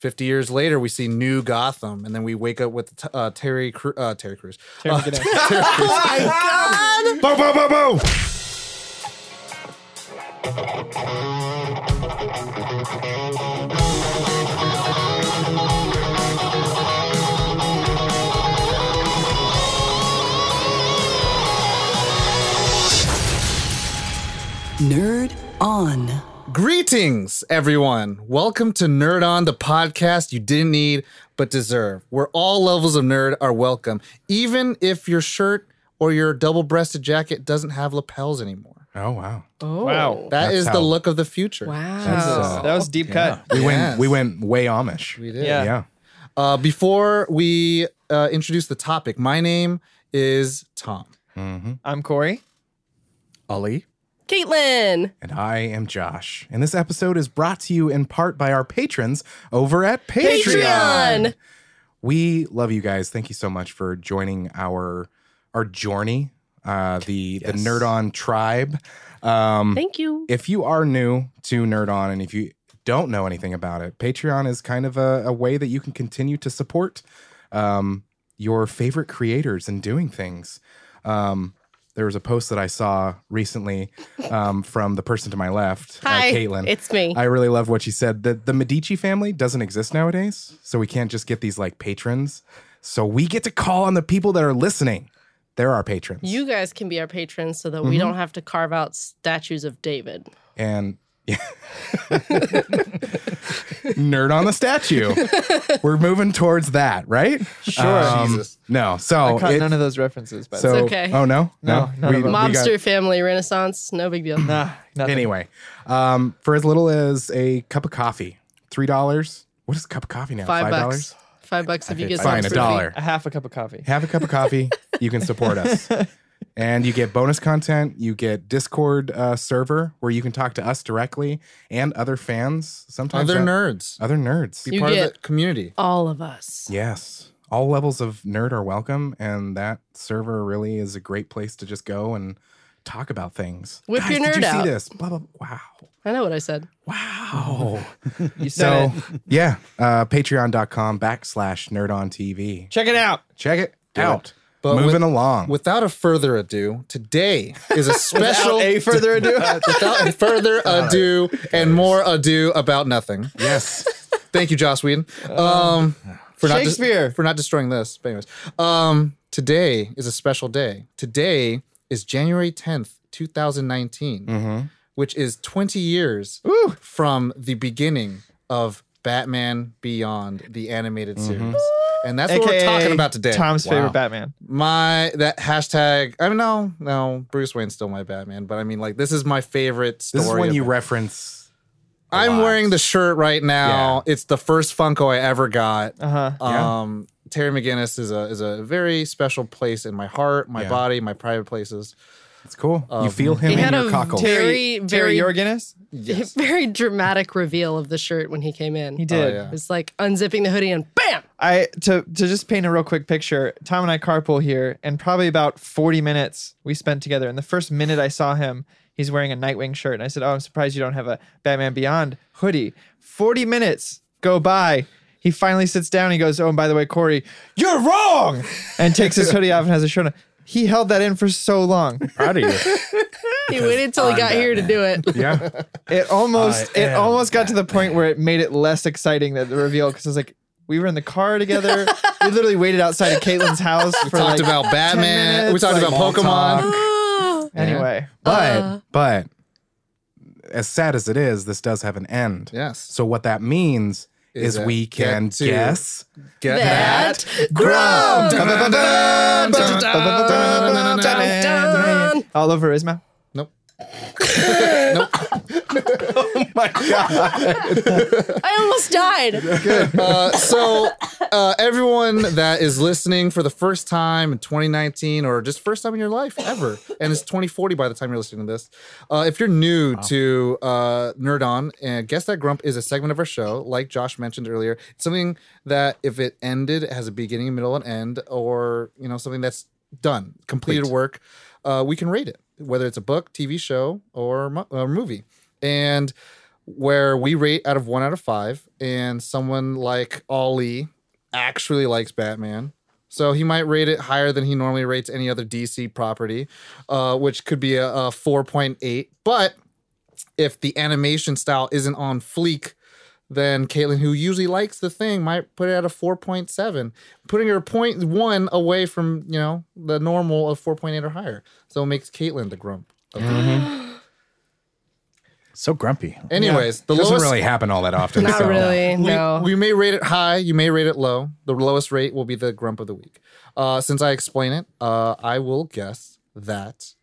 50 years later, we see new Gotham, and then we wake up with uh, Terry Cru- uh, Terry Crews. Terry Uh, Crews. Terry Crews. Boom, boom, boom, boom. Nerd on. Greetings, everyone. Welcome to Nerd On, the podcast you didn't need but deserve, where all levels of nerd are welcome, even if your shirt or your double breasted jacket doesn't have lapels anymore. Oh, wow. Oh. Wow. That That's is the how- look of the future. Wow. That's, uh, That was deep cut. we, Yes. went, we went way Amish. We did. Yeah. Yeah. Uh, before we uh, introduce the topic, my name is Tom. I'm Corey. Ali. Caitlin. And I am Josh. And this episode is brought to you in part by our patrons over at Patreon. Patreon. We love you guys. Thank you so much for joining our our journey, uh, the the Nerd On tribe. Um, Thank you. if you are new to Nerd On and if you don't know anything about it, Patreon is kind of a, a way that you can continue to support um, your favorite creators and doing things. Um, there was a post that I saw recently um, from the person to my left, uh, Hi. Caitlin. It's me. I really love what she said. The, the Medici family doesn't exist nowadays, so we can't just get these like patrons. So we get to call on the people that are listening. They're our patrons. you guys can be our patrons so that we don't have to carve out statues of David. and yeah. nerd on the statue. We're moving towards that, right? Sure. Jesus. No, so I caught it- none of those references, by the so way. It's okay. oh no, No, none of them. got- Mobster family renaissance. No big deal. Nah, nothing. anyway, um, for as little as a cup of coffee, three dollars. What is a cup of coffee now? Five bucks. Five bucks if you get Fine, some a fruity. dollar. A half a cup of coffee. Have a cup of coffee. you can support us. And you get bonus content. You get Discord uh, server where you can talk to us directly and other fans. Sometimes Other that- nerds. Other nerds. Be You part of get- the community. All of us. Yes. All levels of nerd are welcome, and that server really is a great place to just go and talk about things. Whip Guys, your did nerd you out. See this? Blah blah. Wow. I know what I said. Wow. You said so it. yeah, uh, patreon.com backslash nerd on TV. Check it out. Check it out. But Moving with- along. Without a further ado, today is a special. Without a further ado. without a further ado and more ado about nothing. yes. Thank you, Joss Whedon, um, for not des- Shakespeare. for not destroying this. But anyways, um, today is a special day. Today is January tenth, two thousand Mm-hmm. which is twenty years from the beginning of Batman Beyond the animated Mm-hmm. series, and that's what we're AKA talking about today. Tom's Wow. favorite Batman. my that hashtag. I mean, no, no, Bruce Wayne's still my Batman, but I mean, like, this is my favorite story. This is when of you reference I'm lot. wearing the shirt right now. It's the first Funko I ever got. Uh huh. Yeah. Um, Terry McGinnis is a is a very special place in my heart, my Yeah. body, my private places. it's cool. you feel him He in had your a cockle. ter- Terry, Very, Terry very- Jorgenus? Yes. Very dramatic reveal of the shirt when he came in. He did. yeah. It's like unzipping the hoodie and bam! I to to just paint a real quick picture. Tom and I carpool here, and probably about forty minutes we spent together. And the first minute I saw him, he's wearing a Nightwing shirt, and I said, "Oh, I'm surprised you don't have a Batman Beyond hoodie." Forty minutes go by. He finally sits down. He goes, "Oh, and by the way, Corey, you're wrong," and takes his hoodie off and has a shirt on. He held that in for so long. Proud of you. He waited till he got here to do it. Yeah. It almost I it am almost got to the point where it made it less exciting that the reveal because I was like, we were in the car together. we literally waited outside of Caitlin's house for Talked like about 10 Batman. minutes, we talked like, about Pokemon. Anyway, But Uh. but as sad as it is, this does have an end. Yes. So what that means Is is, that we get can to- guess. Get That Grub. Grub. Dun. all over Isma. Nope. My God. I almost died. Uh, so, uh, everyone that is listening for the first time in 2019 or just first time in your life ever, and it's 2040 by the time you're listening to this, uh, if you're new to uh, Nerd On, and Guess That Grump is a segment of our show, like Josh mentioned earlier. It's something that if it ended, it has a beginning, middle, and end, or you know something that's done, completed work, uh, we can rate it, whether it's a book, TV show, or mo- uh, movie. And where we rate out of one out of five, and someone like Ali actually likes Batman. So he might rate it higher than he normally rates any other DC property, uh, which could be a, a 4.8. But if the animation style isn't on fleek, then Caitlin, who usually likes the thing, might put it at a 4.7, putting her 0.1 away from, you know, the normal of 4.8 or higher. So it makes Caitlin the grump. of the Mm-hmm. So grumpy. Anyways, the It doesn't lowest really happen all that often. Not so- really. we, no. we may rate it high, you may rate it low. The lowest rate will be the grump of the week. Uh, since I explain it, uh, I will guess that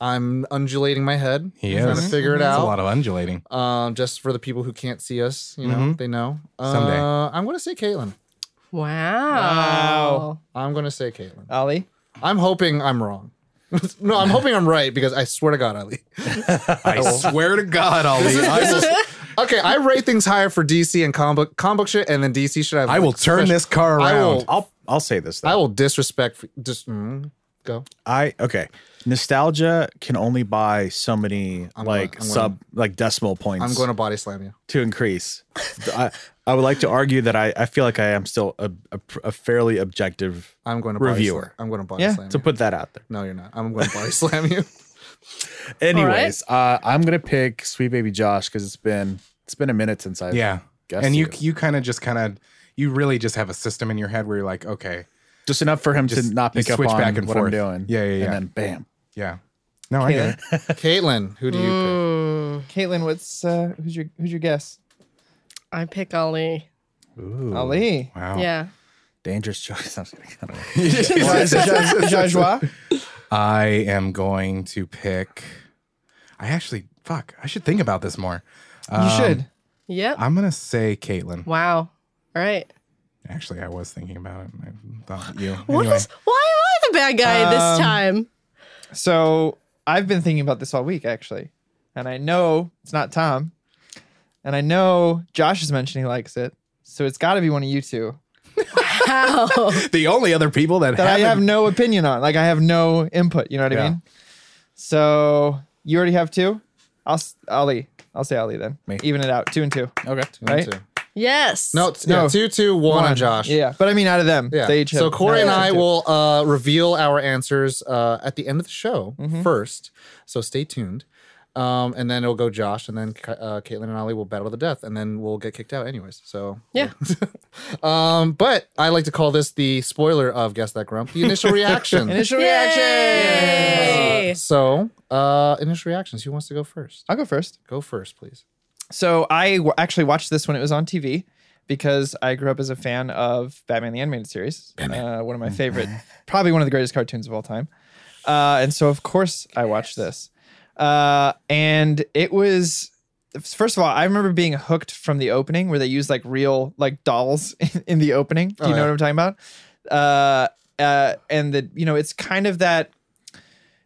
I'm undulating my head. He trying is. to figure it It's a out. lot of undulating. um, just for the people who can't see us, you know, Mhm. they know. Uh, Someday. I'm gonna say Caitlin. wow. Wow. I'm gonna say Caitlin. Ollie? I'm hoping I'm wrong. no, I'm hoping I'm right because I swear to God, Ali. I swear to God, Ollie, I will, Okay, I rate things higher for DC and comic book, comic book shit, and then DC shit. I, have, I will like, turn special- this car I will- around. I'll I'll say this though. I will disrespect. For, just mm, go. I okay. Nostalgia can only buy so many I'm like gonna- I'm sub like decimal points I'm going to body slam you. to increase. I, I would like to argue that I, I feel like I am still a, a, a fairly objective I'm going to Reviewer. Body slam. I'm going to body Yeah, slam to you. put that out there. no, you're not. I'm going to body slam you. Anyways, uh, I'm gonna pick Sweet Baby Josh because it's been it's been a minute since I yeah, guess and you it. you kind of just kind of you really just have a system in your head where you're like, okay, just enough for him Just- to not you pick up switch on back and what forth. I'm doing. Yeah, yeah, yeah. And then bam. yeah, no, I get it. Caitlin, who do you Mm, pick? Caitlin, what's uh who's your who's your guess? I pick Ali. Ali. Wow. Yeah. Dangerous choice. I'm just kidding. I don't know. Joshua. I am going to pick. I actually fuck. I should think about this more. You should. Yep. I'm gonna say Caitlin. wow. All right. Actually, I was thinking about it. and I thought you. What Anyway, is? Why am I the bad guy this time? So I've been thinking about this all week, actually. And I know it's not Tom. And I know Josh is mentioning he likes it. So it's got to be one of you two How? the only other people that, that I haven't- have no opinion on. Like I have no input. You know what I Yeah. mean? So you already have two? I'll, s- Ali. I'll say Ali then. Me. Even it out. Two and two. Okay. Me Right? too. yes. No, it's yeah, No. two, two, one, on Josh. Yeah. But I mean, out of them. Yeah. They each so have- Corey no, and they I have two. will uh, reveal our answers uh, at the end of the show Mm-hmm. first. So stay tuned. Um, and then it'll go Josh, and then Ca- uh, Caitlin and Ollie will battle to death, and then we'll get kicked out anyways. So Yeah. um, but I like to call this the spoiler of Guess That Grump, the initial reaction. Initial Yay! reaction. Eh. so uh, initial reactions. Who wants to go first? I'll go first. Go first, please. So I w- actually watched this when it was on TV because I grew up as a fan of Batman the Animated Series, uh, one of my favorite, probably one of the greatest cartoons of all time. Uh, and so, of course, I watched this. Uh, and it was, first of all, I remember being hooked from the opening where they used like real, like dolls in, in the opening. Do you Oh, know yeah. what I'm talking about? Uh, uh, and the, you know, it's kind of that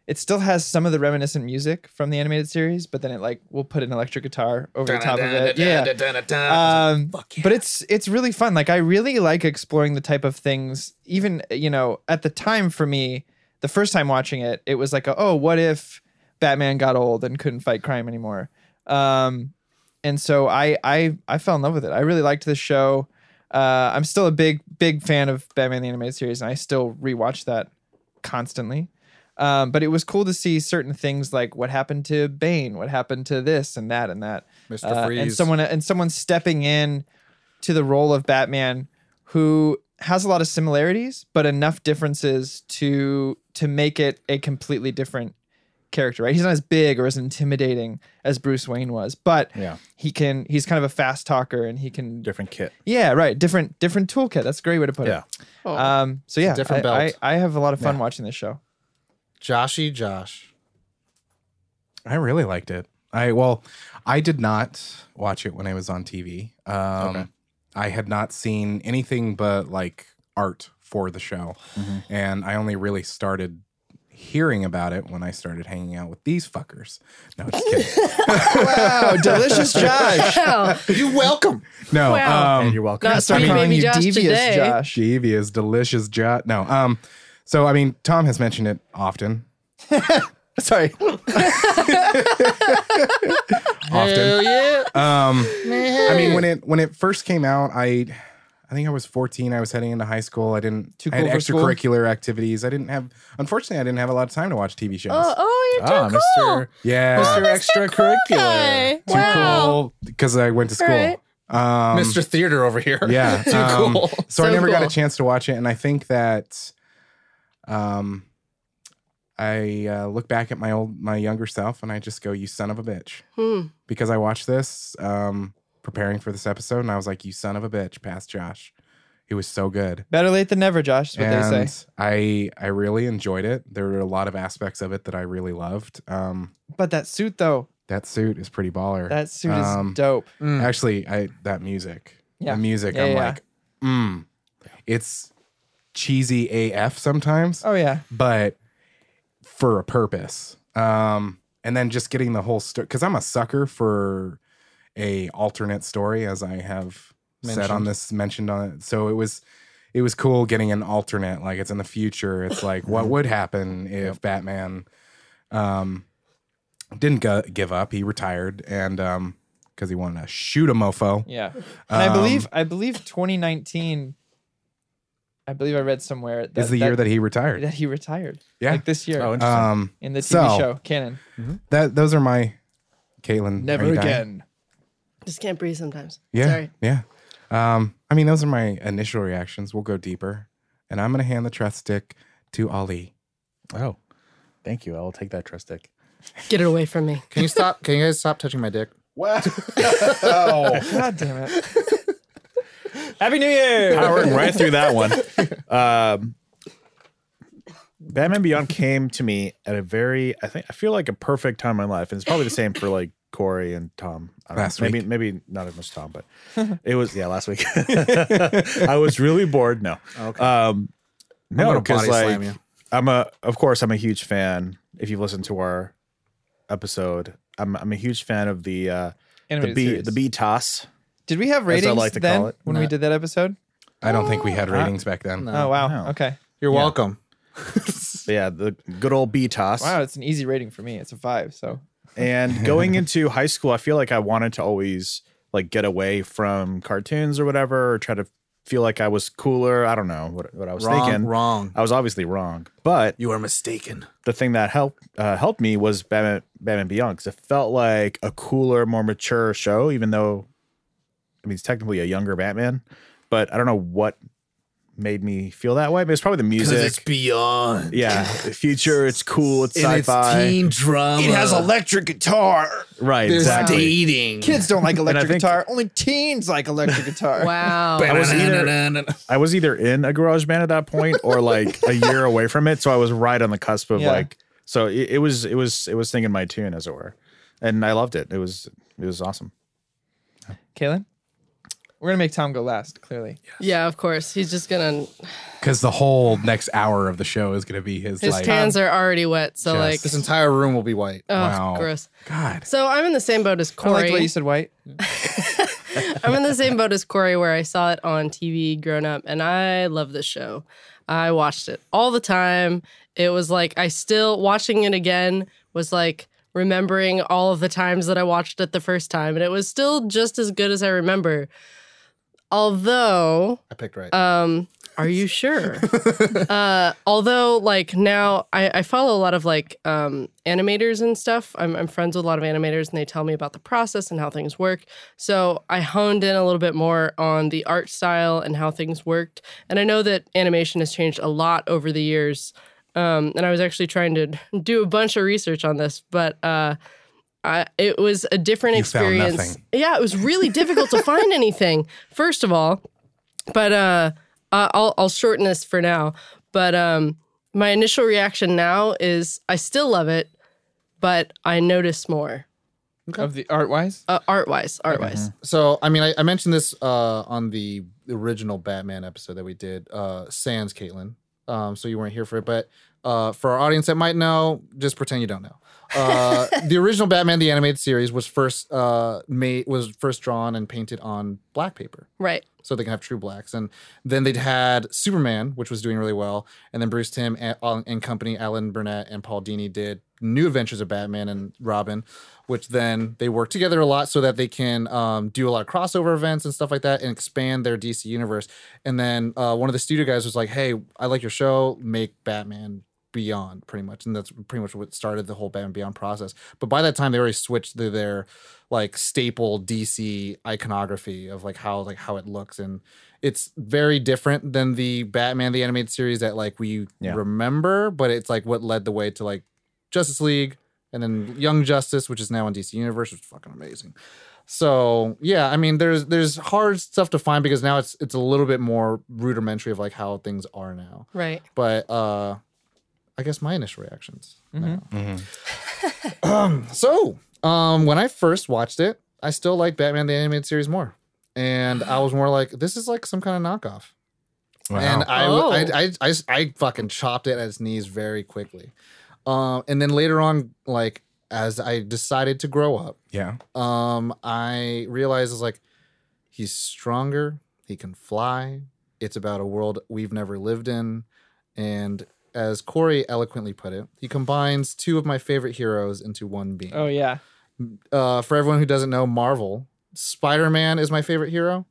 it still has some of the reminiscent music from the animated series, but then it like will put an electric guitar over the top of it. Yeah. Uh, Um, but it's it's really fun. Like I really like exploring the type of things. Even you know, at the time for me, the first time watching it, it was like, a, oh, what if Batman got old and couldn't fight crime anymore? Um, and so I I I fell in love with it. I really liked the show. Uh, I'm still a big big fan of Batman the animated series, and I still rewatch that constantly. Um, but it was cool to see certain things like what happened to Bane, what happened to this and that and that, Mr. Uh, and Freeze. someone and someone stepping in to the role of Batman who has a lot of similarities but enough differences to to make it a completely different character. Right, he's not as big or as intimidating as Bruce Wayne was, but Yeah. he can. He's kind of a fast talker and he can. Different kit. Yeah, right. Different different toolkit. That's a great way to put Yeah. Oh. it. Um. So yeah, different I, belt. I I have a lot of fun watching this show. Joshy Josh. I really liked it. I well, I did not watch it when I was on TV. Um, I had not seen anything but like art for the show, and I only really started hearing about it when I started hanging out with these fuckers. No, just kidding. Wow, delicious Josh. Wow. You welcome. no, Wow. um, You're welcome. Not Start sweet calling baby you Josh devious today. Josh. Stevie is delicious. Jo- no, um, so I mean, Tom has mentioned it often. Sorry. often. Hell Oh, yeah. Um, I mean, when it when it first came out, I I think I was 14. I was heading into high school. I didn't Too I had cool for school? extracurricular activities. I didn't have unfortunately I didn't have a lot of time to watch TV shows. Oh, oh, you're Ah, too cool. Mr. yeah, Mr. guy. Extracurricular. too Wow. cool because I went to school. Alright. Um, Mr. Theater over here. Yeah, Too um, cool. So, I So never got a cool. chance to watch it, and I think that, um, I uh, look back at my old my younger self, and I just go, "You son of a bitch," Hmm. because I watched this um, preparing for this episode, and I was like, "You son of a bitch," past Josh. It was so good. Better late than never, Josh, is what they and say. I I really enjoyed it. There were a lot of aspects of it that I really loved. Um, But that suit though, that suit is pretty baller. that suit Um, is dope. Mm. Actually, I that music. Yeah. The music, Yeah, I'm yeah. like, mm. It's cheesy AF sometimes, Oh yeah. but for a purpose. Um, and then just getting the whole story because I'm a sucker for a alternate story, as I have said on Mentioned. this mentioned on it. So it was it was cool getting an alternate, like it's in the future. It's like what would happen if Batman um didn't go, give up, he retired and um because he wanted to shoot a mofo. Yeah. And I Um, believe I believe 2019 I believe I read somewhere that is the year that he retired. that he retired. Yeah. Like this year Oh, interesting. Um, in the TV so- show canon. that those are my Caitlin. are Never you dying? again. Just can't breathe sometimes. Yeah, Sorry. yeah. Um, I mean, those are my initial reactions. We'll go deeper, and I'm gonna hand the trust stick to Ali. Oh, thank you. I will take that trust stick. Get it away from me. Can you stop? Can you guys stop touching my dick? Wow. Oh, God damn it. Happy New Year. Powering right through that one. Um, Batman Beyond came to me at a very, I think, I feel like a perfect time in my life. And it's probably the same for like Corey and Tom. I don't know. Last maybe, week. Maybe not as much Tom, but it was, yeah, last week. I was really bored. No. Okay. Um, no, gonna because body like slam you. I'm a, of course, I'm a huge fan. If you've listened to our episode, I'm, I'm a huge fan of the uh, the Animated B series. the B toss. Did we have I ratings like to then call it. when we No. did that episode? I don't think we had ratings back then. no. Oh wow. Uh, no. Okay. You're welcome. So yeah, the good old B toss. Wow, it's an easy rating for me. It's a 5, so And going into high school, I feel like I wanted to always like get away from cartoons or whatever, or try to feel like I was cooler. I don't know what, what I was Wrong, thinking. wrong. I was obviously wrong, but Uh, You are mistaken. the thing that helped uh, helped me was Batman Batman Beyond because it felt like a cooler, more mature show, even though I mean it's technically a younger Batman, but I don't know what made me feel that way. But it's probably the music. beyond. yeah, the future. It's cool. It's And sci-fi. drama. electric guitar. Right, There's exactly. dating. kids don't like I electric think- guitar. Only teens like electric guitar. Wow. I was either- I was either in a garage band at that point or like a year away from it, so I was right on the cusp of Yeah. like. So it, it was it was it was singing my tune as it were, and I loved it. It was it was awesome. Kaylin? We're gonna make Tom go last, clearly. yeah, of course. He's just gonna. Because the whole next hour of the show is gonna be his, His like hands are already wet. So Just- like, This entire room will be white. oh, Wow. gross. God. So I'm in the same boat as I like the way Corey. you said white. I'm in the same boat as Corey, where I saw it on TV grown up, and I love this show. I watched it all the time. It was like I still watching it again was like remembering all of the times that I watched it the first time, and it was still just as good as I remember. Although I picked right. um, are you sure? uh, although, like now, I, I follow a lot of like um, animators and stuff. I'm, I'm friends with a lot of animators, and they tell me about the process and how things work. So I honed in a little bit more on the art style and how things worked. And I know that animation has changed a lot over the years. Um, and I was actually trying to do a bunch of research on this, but uh, I, it was a different You found experience. nothing. Yeah, it was really difficult to find anything. First of all but uh, I- I'll I'll shorten this for now. But um, my initial reaction now is I still love it, but I notice more Of the art wise. uh, art Mm-hmm. wise, art wise. so I mean I, I mentioned this uh on the original Batman episode that we did, uh Sans Caitlin. Um so you weren't here for it, but uh for our audience that might know, just pretend you don't know. Uh the original Batman the animated series was first uh made was first drawn and painted on black paper. Right. so they can have true blacks. And then they'd had Superman, which was doing really well, and then Bruce Tim and, and company, Alan Burnett and Paul Dini did New Adventures of Batman and Robin, which then they work together a lot so that they can um, do a lot of crossover events and stuff like that and expand their DC universe. And then uh, one of the studio guys was like, "Hey, I like your show. Make Batman." Beyond, pretty much, and that's pretty much what started the whole Batman Beyond process. But by that time, they already switched to their like staple DC iconography of like how like how it looks, and it's very different than the Batman the animated series that like we Yeah. remember. But it's like what led the way to like Justice League, and then Young Justice, which is now on DC Universe, which is fucking amazing. So yeah, I mean, there's there's hard stuff to find because now it's it's a little bit more rudimentary of like how things are now. Right. But uh I guess my initial reactions. now. Mm-hmm. um, so um when I first watched it, I still liked Batman the animated series more, and I was more like, this is like some kind of knockoff. And I, Oh. I, I, I, I fucking chopped it at its knees very quickly. Um, and then later on, like as I decided to grow up, yeah. um, I realized is like he's stronger, he can fly. It's about a world we've never lived in, and as Corey eloquently put it, he combines two of my favorite heroes into one being. Oh yeah. Uh, for everyone who doesn't know Marvel, Spider Man is my favorite hero.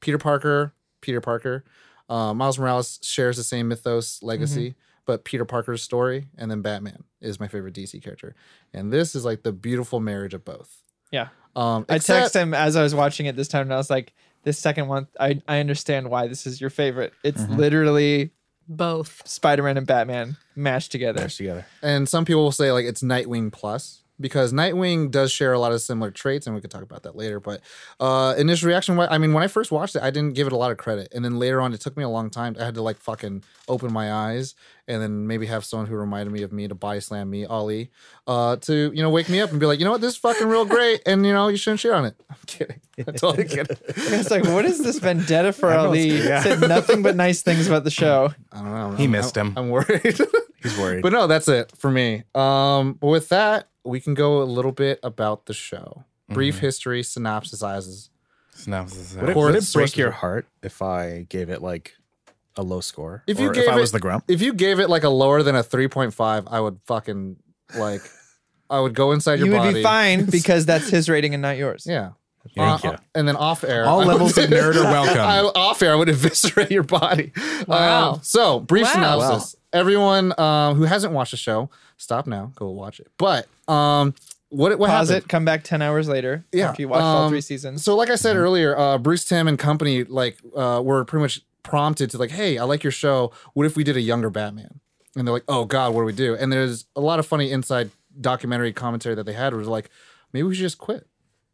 Peter Parker, Peter Parker. Uh, Miles Morales shares the same mythos legacy, Mm-hmm. but Peter Parker's story, and then Batman is my favorite DC character. And this is like the beautiful marriage of both. Yeah. Um, I except- text him as I was watching it this time, and I was like, "This second one, I, I understand why this is your favorite. It's Mm-hmm. literally Both. Spider-Man and Batman mashed together." They're together. and some people will say like it's Nightwing plus because Nightwing does share a lot of similar traits, and we could talk about that later. But uh, initial reaction, wa- I mean, when I first watched it, I didn't give it a lot of credit, and then later on, it took me a long time. I had to like fucking open my eyes, and then maybe have someone who reminded me of me to body slam me, Ali, uh, to you know wake me up and be like, you know what, this is fucking real great, and you know you shouldn't shit on it. I'm kidding. I'm totally kidding. It's like, what is this vendetta for Ali? Said nothing but nice things about the show. I don't know. He I'm- missed I'm- him. I'm worried. He's worried. But no, that's it for me. Um, but with that, we can go a little bit about the show. Brief Mm-hmm. history, synopsizes. Synopsis. would it, Or would it it's break sourced- your heart if I gave it like a low score? If you Or gave if I it- was the grump, If you gave it like a lower than a 3.5, I would fucking like I would go inside your you would body. be fine because that's his rating and not yours. Yeah. Thank Uh, you. And then off air. All I levels would- of nerd are welcome. I, off air, I would eviscerate your body. Wow. Um, so, brief Wow. synopsis. Everyone um, who hasn't watched the show, stop now, go watch it. But um, what what Pause happened? it. Come back ten hours later. Yeah, After you watched all um, three seasons. So, like I said earlier, uh, Bruce Tim and company like uh, were pretty much prompted to like, "Hey, I like your show. What if we did a younger Batman?" And they're like, "Oh God, what do we do?" And there's a lot of funny inside documentary commentary that they had was like, "Maybe we should just quit.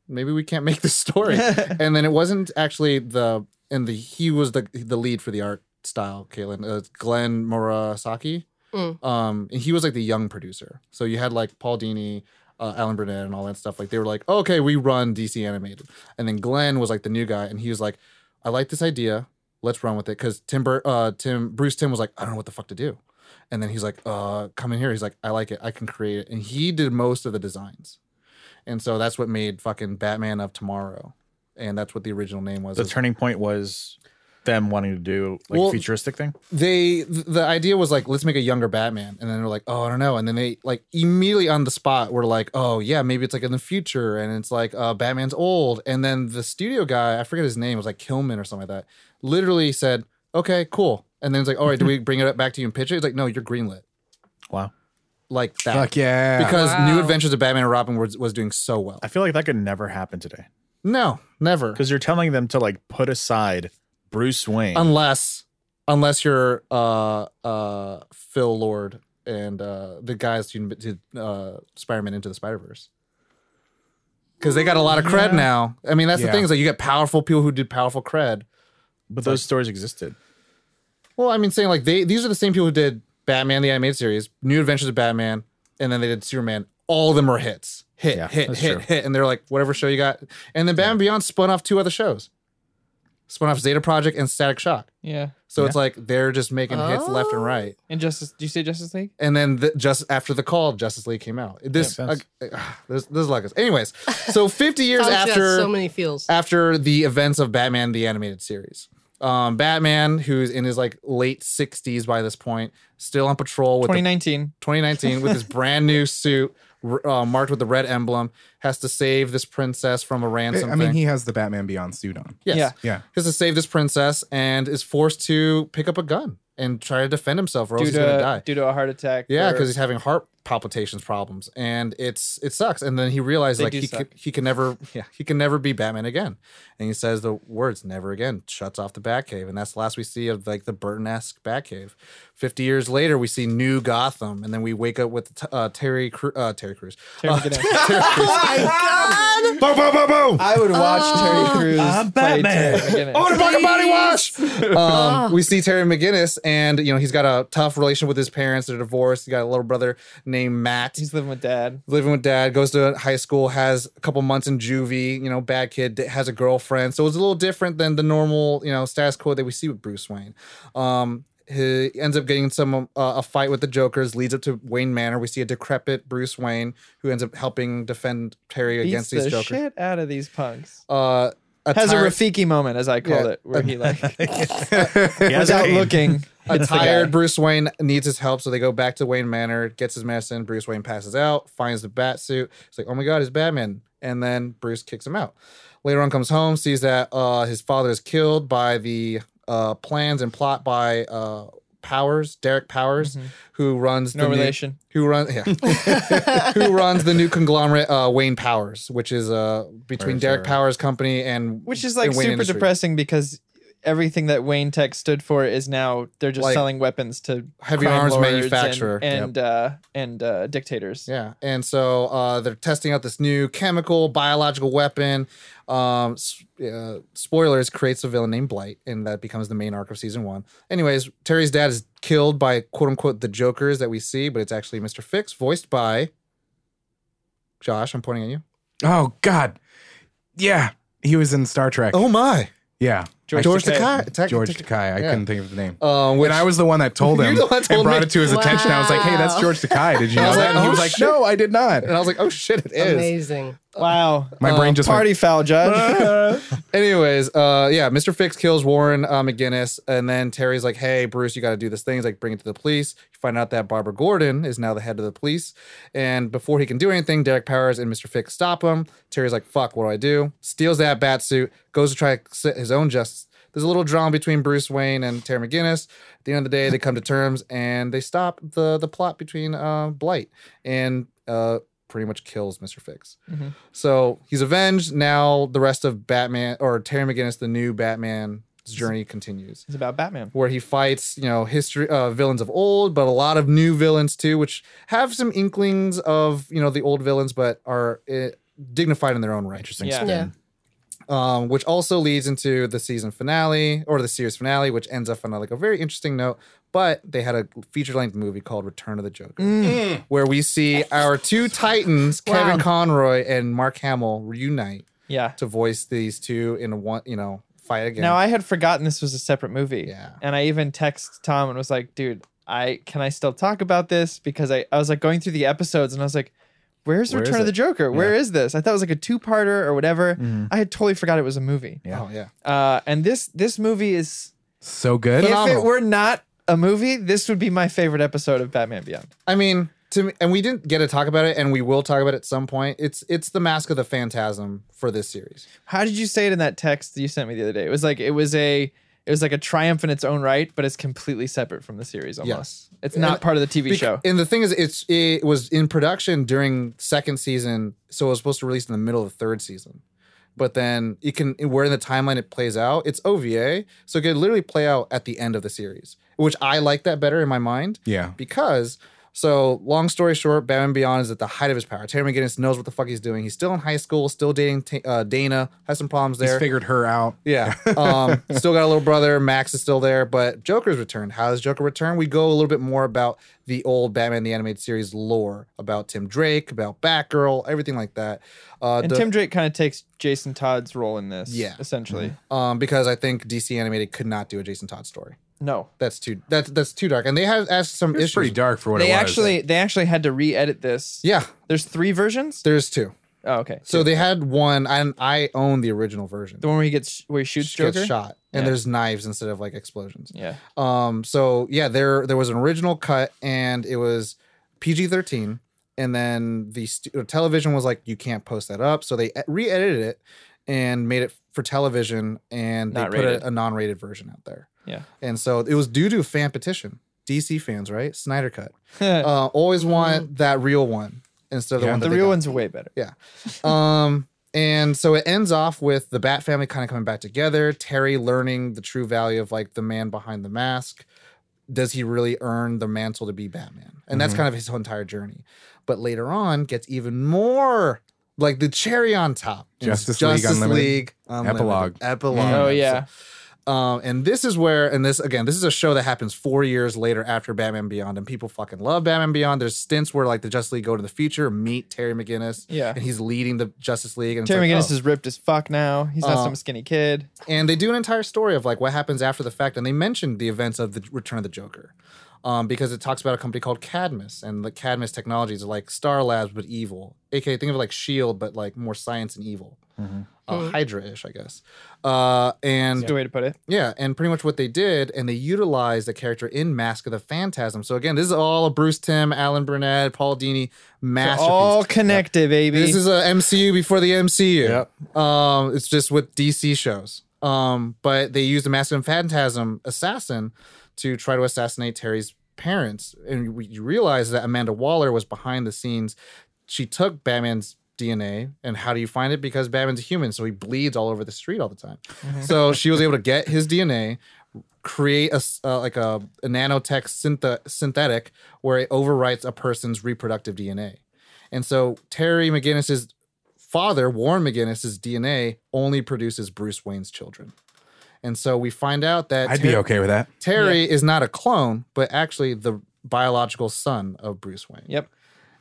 Maybe we can't make this story." and then it wasn't actually the and the he was the the lead for the art style, Caitlin, uh, Glenn Murasaki. Um, and he was like the young producer. So you had like Paul Dini, uh, Alan Burnett, and all that stuff. Like they were like, "Oh, okay, we run DC animated. And then Glenn was like the new guy, and he was like, I like this idea. Let's run with it. Because Tim, Bur- uh, Tim, Bruce Tim was like, I don't know what the fuck to do. And then he's like, uh, come in here. He's like, I like it. I can create it. And he did most of the designs. And so that's what made fucking Batman of Tomorrow. And that's what the original name was. the It was turning point was them wanting to do like Well- a futuristic thing. they th- the idea was like let's make a younger batman and then they're like oh i don't know and then they like immediately on the spot were like oh yeah maybe it's like in the future and it's like uh batman's old and then the studio guy i forget his name it was like kilman or something like that literally said okay cool and then it's like all right do we bring it up back to you and pitch it it's like no you're greenlit Wow. like that Fuck yeah. because Wow. new adventures of batman and robin was, was doing so well I feel like that could never happen today no never because you're telling them to like put aside Bruce Wayne. unless unless you're uh uh Phil Lord and uh the guys who did uh Spider-Man into the Spider-Verse. Cuz they got a lot of cred now. I mean, that's the Yeah. thing is like you get powerful people who did powerful cred. but those stories existed. Well, I mean saying like they these are the same people who did Batman the animated series, New Adventures of Batman, and then they did Superman. All of them are hits. Hit, Yeah, hit, that's hit, true. hit. And they're like, whatever show you got. And then Batman Beyond spun off two other shows. Spun off Zeta Project and Static Shock. Yeah. So it's like they're just making hits left and right. Oh. And Justice. Do you say Justice League? And then the, just after the call, Justice League came out. This, uh, Makes this, this is like us. Anyways, so 50 years Tom's got after so many feels. after the events of Batman the animated series. Um, Batman, who's in his like late 60s by this point, still on patrol with the 2019. 2019 with his brand new suit r- uh, marked with the red emblem, has to save this princess from a ransom. I mean, thing. he has the Batman Beyond suit on. yes. Yeah. Yeah. He has to save this princess and is forced to pick up a gun and try to defend himself, or else he's Due gonna to, die. due to a heart attack. Yeah, or- because he's having heart palpitations problems, and it's it sucks. And then he realizes They like do he can, suck. he can never yeah he can never be Batman again, and he says the words "never again." Shuts off the Batcave, and that's the last we see of like the Burton-esque Batcave. Fifty years later, we see New Gotham, and then we wake up with uh, Terry Cru- uh, Terry Crews. Terry Uh, McGinnis. boom boom boom boom. I would watch Terry Crews. I'm play Batman. I Terry McGinnis. want Oh, to buy a body wash. Um, we see Terry McGinnis, and you know he's got a tough relation with his parents. They're divorced. He got a little brother named Matt. He's living with dad. living with dad, goes to high school, has a couple months in juvie, you know, bad kid, d- has a girlfriend. So it's a little different than the normal, you know, status quo that we see with Bruce Wayne. Um, he ends up getting some uh, a fight with the Joker's, leads up to Wayne Manor. We see a decrepit Bruce Wayne who ends up helping defend Terry Beats against the these Jokers. shit out of these punks. Uh, a Has a tired- Rafiki moment, as I called Yeah. it, where he like He has without pain. looking. a hits the guy. tired Bruce Wayne needs his help, so they go back to Wayne Manor, gets his medicine. Bruce Wayne passes out, finds the bat suit. He's like, "Oh my god, it's Batman!" And then Bruce kicks him out. Later on, comes home, sees that uh, his father is killed by the uh, plans and plot by uh, Powers, Derek Powers, who runs Mm-hmm. No the new- relation. who runs yeah. who runs the new conglomerate uh, Wayne Powers, which is uh, between Where's Derek our- Powers' company and Which is like and Wayne super Industries. depressing because everything that Wayne Tech stood for is now they're just Like, selling weapons to heavy crime arms lords and- manufacturer. and uh, and uh, dictators. Yeah, and so uh, they're testing out this new chemical biological weapon. Um, s- uh, spoilers creates a villain named Blight, and that becomes the main arc of season one. Anyways, Terry's dad is killed by quote unquote the Jokers that we see, but it's actually Mister Fix, voiced by Josh. I'm pointing at you. Oh God. Yeah. He was in Star Trek. Oh my, Yeah. George George Takei. Takei. George Takei. I Yeah. couldn't think of the name. Um, which When I was the one that told You're him the one that told and brought me. it to his attention. I was like, hey, that's Wow. George Takei. Did you I know was that? like, and he "Oh, was like, shit." no, I did not. and I was "Oh, like, oh shit, it is. Amazing. Wow. My brain just party went- foul, Judge. Anyways, uh, yeah, Mr. Fix kills Warren uh, McGinnis, and then Terry's like, "Hey, Bruce, you got to do this thing." He's like, "Bring it to the police." You find out that Barbara Gordon is now the head of the police, and before he can do anything, Derek Powers and Mr. Fix stop him. Terry's like, "Fuck, what do I do?" Steals that bat suit, goes to try to set his own justice. There's a little drama between Bruce Wayne and Terry McGinnis. At the end of the day, they come to terms and they stop the the plot between uh, Blight and uh, pretty much kills Mr. Fix. So he's avenged. Now the rest of Batman or Terry McGinnis, the new Batman's journey continues, it's about Batman. where he fights, you know, history uh, villains of old, but a lot of new villains too, which have some inklings of you know the old villains, but are uh, dignified in their own right. Interesting Yeah. spin. Yeah. Um, which also leads into the season finale or the series finale, which ends up on like a very interesting note. But they had a feature length movie called Return of the Joker, where we see our two titans, Kevin Conroy and Mark Hamill, reunite Yeah. to voice these two in a one, you know, fight again. Now I had forgotten this was a separate movie. Yeah. And I even texted Tom and was like, dude, I can I still talk about this? Because I, I was like going through the episodes and I was like, Where's Where is Return of it? the Joker? Where is this? I thought it was like a two parter or whatever. I had totally forgot it was a movie. oh Mm-hmm. yeah, Uh, and this this movie is so good. Phenomenal. if it were not a movie, this would be my favorite episode of Batman Beyond. I mean, to me, and we didn't get to talk about it, and we will talk about it at some point. It's it's the Mask of the Phantasm for this series. How did you say it in that text that you sent me the other day? It was like it was a it was like a triumph in its own right, but it's completely separate from the series almost. Yes. It's not And- part of the TV Bec- show. And the thing is, it's it was in production during second season, so it was supposed to release in the middle of the third season. But then it can where in the timeline it plays out, it's OVA, so it could literally play out at the end of the series, which I like that better in my mind. Yeah. Because so long story short, Batman Beyond is at the height of his power. Terry McGinnis knows what the fuck he's doing. He's still in high school, still dating Ta- uh, Dana, has some problems He's there. figured her out. Yeah. Um, still got a little brother. Max is still there, but Joker's returned. How does Joker return? We go a little bit more about the old Batman the Animated Series lore about Tim Drake, about Batgirl, everything like that. Uh, And the- Tim Drake kind of takes Jason Todd's role in this. Yeah. Essentially. um, because I think DC Animated could not do a Jason Todd story. No. That's too that's that's too dark, and they have asked some It's issues. pretty dark for what They it was. actually they actually had to re-edit this. Yeah, There's three versions. there's two. Oh, okay. So they had one, and I own the original version. The one where he gets where he shoots She gets Joker. shot, and Yeah. there's knives instead of like explosions. Yeah. Um, so yeah, there there was an original cut, and it was PG thirteen, and then the stu- uh, television was like, you can't post that up, so they e, re-edited it and made it for television, and they Not put rated. a, a non-rated version out there. Yeah. and so it was due to a fan petition. DC fans, right? Snyder cut. the Uh, always want that real one instead of the one that they real got. ones are way better. Um, and so it ends off with the Bat family kind of coming back together. Terry learning the true value of like the man behind the mask. Does he really earn the mantle to be Batman? And Mm-hmm. that's kind of his whole entire journey. But later on, gets even more like the cherry on top. It's Justice League Unlimited. League Unlimited. Epilogue. Epilogue. Oh yeah. Um, and this is where, and this again, this is a show that happens four years later after Batman Beyond, and people fucking love Batman Beyond. There's stints where like the Justice League go to the future, meet Terry McGinnis, Yeah. and he's leading the Justice League. And it's Terry like, McGinnis oh. is ripped as fuck now. He's not Uh, some skinny kid. and they do an entire story of like what happens after the fact, and they mentioned the events of the Return of the Joker, um, because it talks about a company called Cadmus, and the Cadmus technologies are like Star Labs but evil, aka think of it like Shield E but like more science and evil, uh, Hydra-ish, I guess. Uh, and That's the way to put it. yeah, and pretty much what they did, and they utilized the character in Mask of the Phantasm. So again, this is all a Bruce Tim, Alan Burnett, Paul Dini masterpiece. All connected, baby. this is a MCU before the MCU. Yep. Um, it's just with DC shows. Um, but they used the Mask of the Phantasm assassin to try to assassinate Terry's parents, and we- you realize that Amanda Waller was behind the scenes. She took Batman's. DNA and how do you find it? Because Batman's a human, so he bleeds all over the street all the time. So she was able to get his DNA, create a s- uh, like a, a nanotech syntha- synthetic where it overwrites a person's reproductive DNA. And so Terry McGinnis's father, Warren McGinnis's DNA only produces Bruce Wayne's children. And so we find out that I'd Ter- be okay with that. Terry is not a clone, but actually the biological son of Bruce Wayne yep.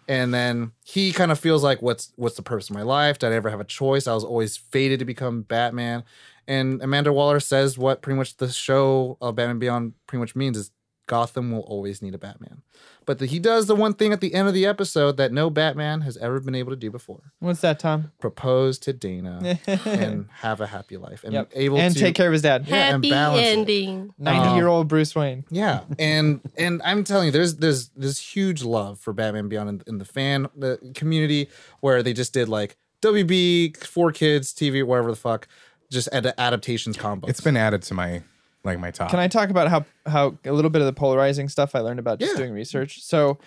and then he kind of feels like what's what's the purpose of my life did i ever have a choice i was always fated to become batman and amanda waller says what pretty much the show of batman beyond pretty much means is gotham will always need a batman but the, he does the one thing at the end of the episode that no batman has ever been able to do before What's that, Tom? propose to dana and have a happy life and Yep. able and to take care of his dad. Yeah, and Happy balance it. ending. Ninety-year-old Bruce Wayne. Yeah, and and I'm telling you, there's there's this huge love for Batman Beyond in, in the fan the community where they just did like WB four kids TV whatever the fuck, just ad- adaptations combo. It's been added to my like my top. Can I talk about how how a little bit of the polarizing stuff I learned about just Yeah. doing research? So,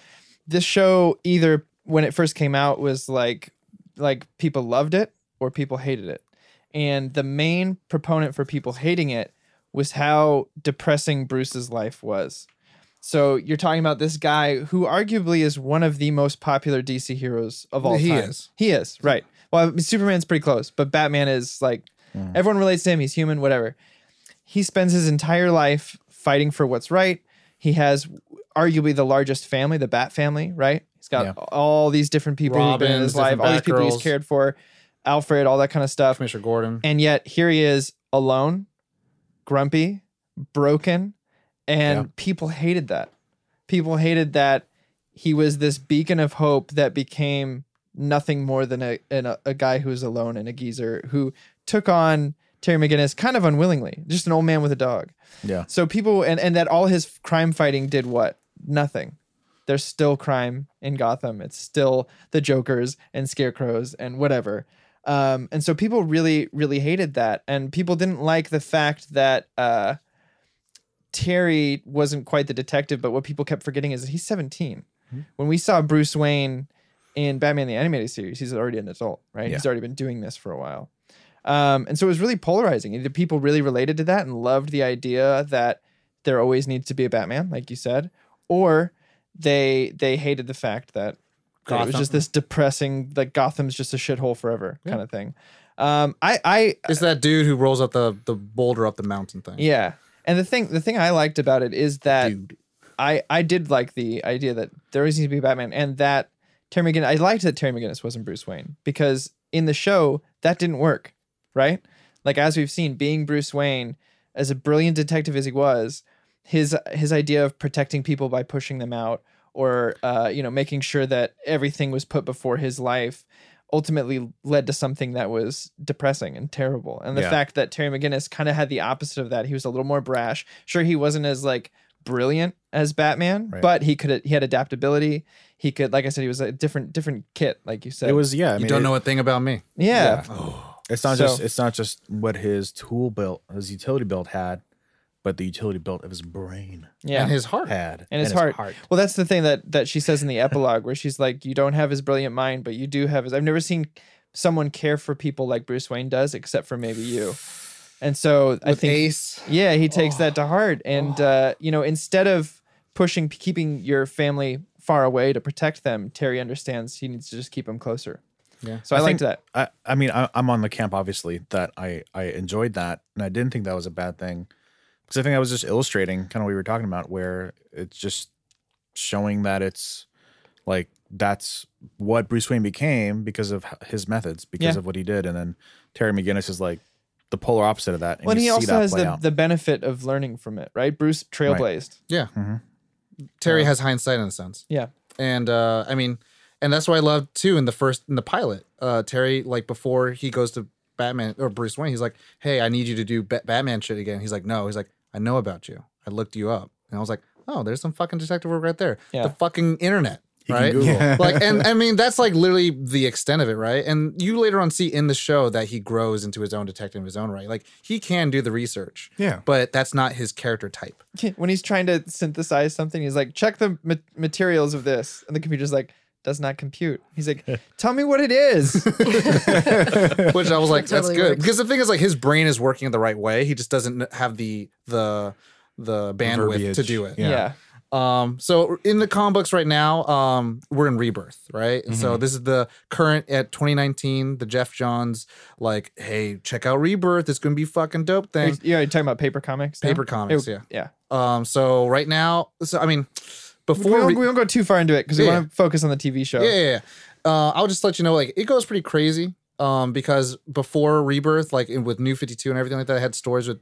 this show either when it first came out was like like people loved it or people hated it, and the main proponent for people hating it was how depressing Bruce's life was. So you're talking about this guy who arguably is one of the most popular DC heroes of all He time. is. He is right. Well, I mean, Superman's pretty close, but Batman is like everyone relates to him. He's human, whatever he spends his entire life fighting for what's right. He has arguably the largest family, the Bat family, right? He's got Yeah. all these different people who've been in Robins, his life, different all these people Batgirls. he's cared for, Alfred, all that kind of stuff. Commissioner Gordon. And yet here he is alone, grumpy, broken, and Yeah. people hated that. People hated that he was this beacon of hope that became nothing more than a an, a, a guy who was alone and a geezer who took on Terry McGinnis kind of unwillingly, just an old man with a dog. Yeah. So people and and that all his crime fighting did what? Nothing. There's still crime in Gotham. It's still the Jokers and Scarecrows and whatever. Um, and so people really, really hated that, and people didn't like the fact that uh, Terry wasn't quite the detective. But what people kept forgetting is that he's 17. When we saw Bruce Wayne in Batman the Animated Series, he's already an adult, right? He's already been doing this for a while. Um, and so it was really polarizing. Either people really related to that and loved the idea that there always needs to be a Batman, like you said, or they they hated the fact that, that it was Gotham. just this depressing, like Gotham's just a shithole forever kind of thing. Um, I I it's that dude who rolls up the the boulder up the mountain thing. yeah. And the thing the thing I liked about it is that I I did like the idea that there always needs to be a Batman and that Terry McGinnis I liked that Terry McGinnis wasn't Bruce Wayne because in the show that didn't work, right? Like as we've seen, being Bruce Wayne, as a brilliant detective as he was, his his idea of protecting people by pushing them out or uh, you know making sure that everything was put before his life ultimately led to something that was depressing and terrible. And the Yeah. fact that Terry McGinnis kind of had the opposite of that. He was a little more brash. Sure, he wasn't as like brilliant as Batman, Right. but he could he had adaptability. He could, like I said, he was a different different kit, like you said. It was yeah. I you mean, don't it- know a thing about me. yeah, It's not So- just it's not just what his tool belt, his utility belt had, but the utility belt of his brain yeah. And his heart. had and his heart. Well, that's the thing that that she says in the epilogue, where she's like, "You don't have his brilliant mind, but you do have his." I've never seen someone care for people like Bruce Wayne does, except for maybe you. And so I think, Ace. yeah, he takes that to heart, and Oh. uh, you know, instead of pushing, keeping your family far away to protect them, Terry understands he needs to just keep them closer. Yeah. So I, liked think- that. I, I mean, I, I'm on the camp obviously that I I enjoyed that, and I didn't think that was a bad thing because I think I was just illustrating kind of what we were talking about, where it's just showing that it's like that's what Bruce Wayne became because of h- his methods, because Yeah. of what he did, and then Terry McGinnis is like the polar opposite of that. And Well, and you he see also that has play the, out. the benefit of learning from it, right? Bruce trailblazed. Yeah. Mhm. Terry has hindsight in a sense. Yeah. and uh i mean and that's why i love too in the first in the pilot uh terry like before he goes to batman or bruce wayne he's like hey i need you to do Ba- batman shit again he's like no he's like i know about you i looked you up and i was like oh there's some fucking detective work right there Yeah. the fucking internet He can right Google. Yeah. like and i mean that's like literally the extent of it right and you later on see in the show that he grows into his own detective in his own right like he can do the research Yeah. but that's not his character type when he's trying to synthesize something, he's like, check the ma- materials of this. And the computer's like, does not compute. He's like, tell me what it is. which I was like, that's totally good works. because the thing is, like, his brain is working the right way. He just doesn't have the the the bandwidth to verbiage. do it. yeah. Yeah. Um. So in the comic books right now, um, we're in rebirth, right? And Mm-hmm. so this is the current at 2019. The Jeff Johns like, hey, check out rebirth. It's gonna be fucking dope Are thing. you- You're, talking about paper comics. now? Paper comics, It- yeah. Yeah. Um. So right now, so I mean, We before won't, we- we won't go too far into it because we Yeah. want to focus on the TV show. Yeah, yeah, yeah. Uh, I'll just let you know, like it goes pretty crazy. Um, because before Rebirth, like in, with New Fifty Two and everything like that, I had stories with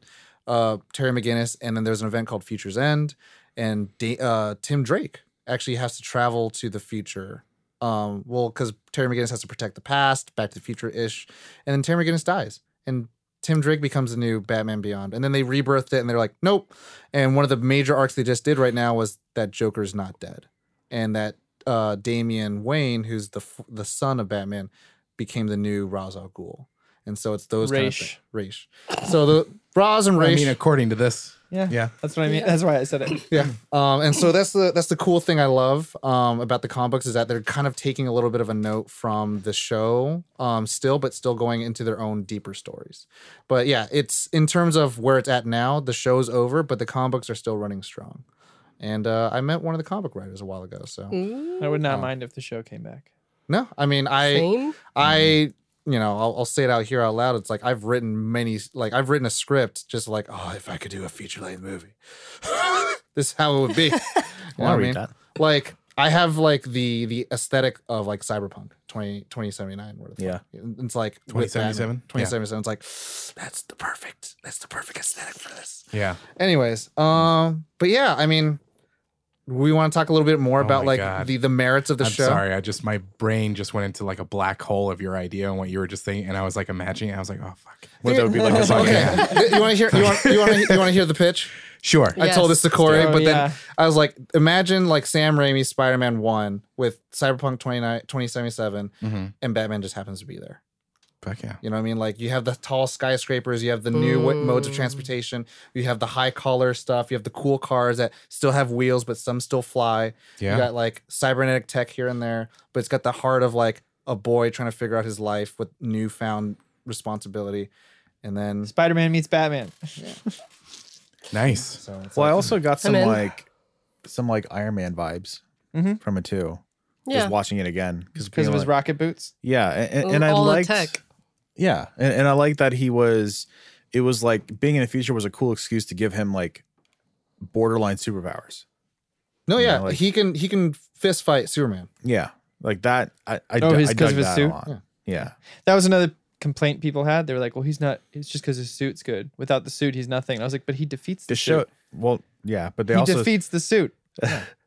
uh Terry McGinnis, and then there's an event called Futures End, and Da- uh, Tim Drake actually has to travel to the future. Um, well, because Terry McGinnis has to protect the past, Back to the Future ish, and then Terry McGinnis dies, and Tim Drake becomes the new Batman Beyond, and then they rebirthed it, and they're like, nope. And one of the major arcs they just did right now was that Joker's not dead, and that uh, Damian Wayne, who's the f- the son of Batman, became the new Ra's al Ghul, and so it's those kind of Raish. thing- Raish. So the Ra's and I Raish. mean, according to this, Yeah. Yeah. That's what I mean. That's why I said it. Yeah. Um, and so that's the that's the cool thing I love um, about the comic books is that they're kind of taking a little bit of a note from the show um, still, but still going into their own deeper stories. But yeah, it's in terms of where it's at now, the show's over, but the comic books are still running strong. And uh, I met one of the comic writers a while ago. So I would Oh. not mind if the show came back. no, I mean I Same. I Mm-hmm. you know I'll, I'll say it out here out loud. It's like I've written many like I've written a script just like oh if I could do a feature length movie, this is how it would be. You know Well, what I'll read that. Like I have like the the aesthetic of like cyberpunk 20, 2079. Where the Yeah. fuck- it's like with Batman, 2077? 2077. It's like that's the perfect that's the perfect aesthetic for this. yeah, Anyways, um, but yeah, I mean. We want to talk a little bit more about Oh my like God. the, the merits of the I'm show. sorry. I just my brain just went into like a black hole of your idea and what you were just thinking, and I was like imagining. It. I was like, oh fuck. What that would be like a Okay, you want to hear you want you want to you want to hear the pitch? Sure. I told this to Corey, Oh, but yeah. then I was like, imagine like Sam Raimi's Spider Man 1 with Cyberpunk 29 2077 Mhm. and Batman just happens to be there. Fuck yeah. You know what I mean? Like, you have the tall skyscrapers, you have the new w- modes of transportation, you have the high collar stuff, you have the cool cars that still have wheels, but some still fly. Yeah. You got like cybernetic tech here and there, but it's got the heart of like a boy trying to figure out his life with newfound responsibility. And then, Spider Man meets Batman. Nice. so it's Well, I like- also got some in. like some like Iron Man vibes Mm-hmm. from it too. Yeah. Just watching it again Because of his like, rocket boots. Yeah, and, and, and I All the liked tech. yeah, and, and I like that he was. It was like being in the future was a cool excuse to give him like borderline superpowers. no, yeah, know, like- he can he can fist fight Superman. Yeah, like that. I I, Oh, d- his- I 'cause dug of his that suit? a lot. Yeah. That was another complaint people had. They were like, well, he's not, it's just because his suit's good. Without the suit, he's nothing. And I was like, but he defeats the, the show. suit. Well, yeah, but they He also defeats the suit.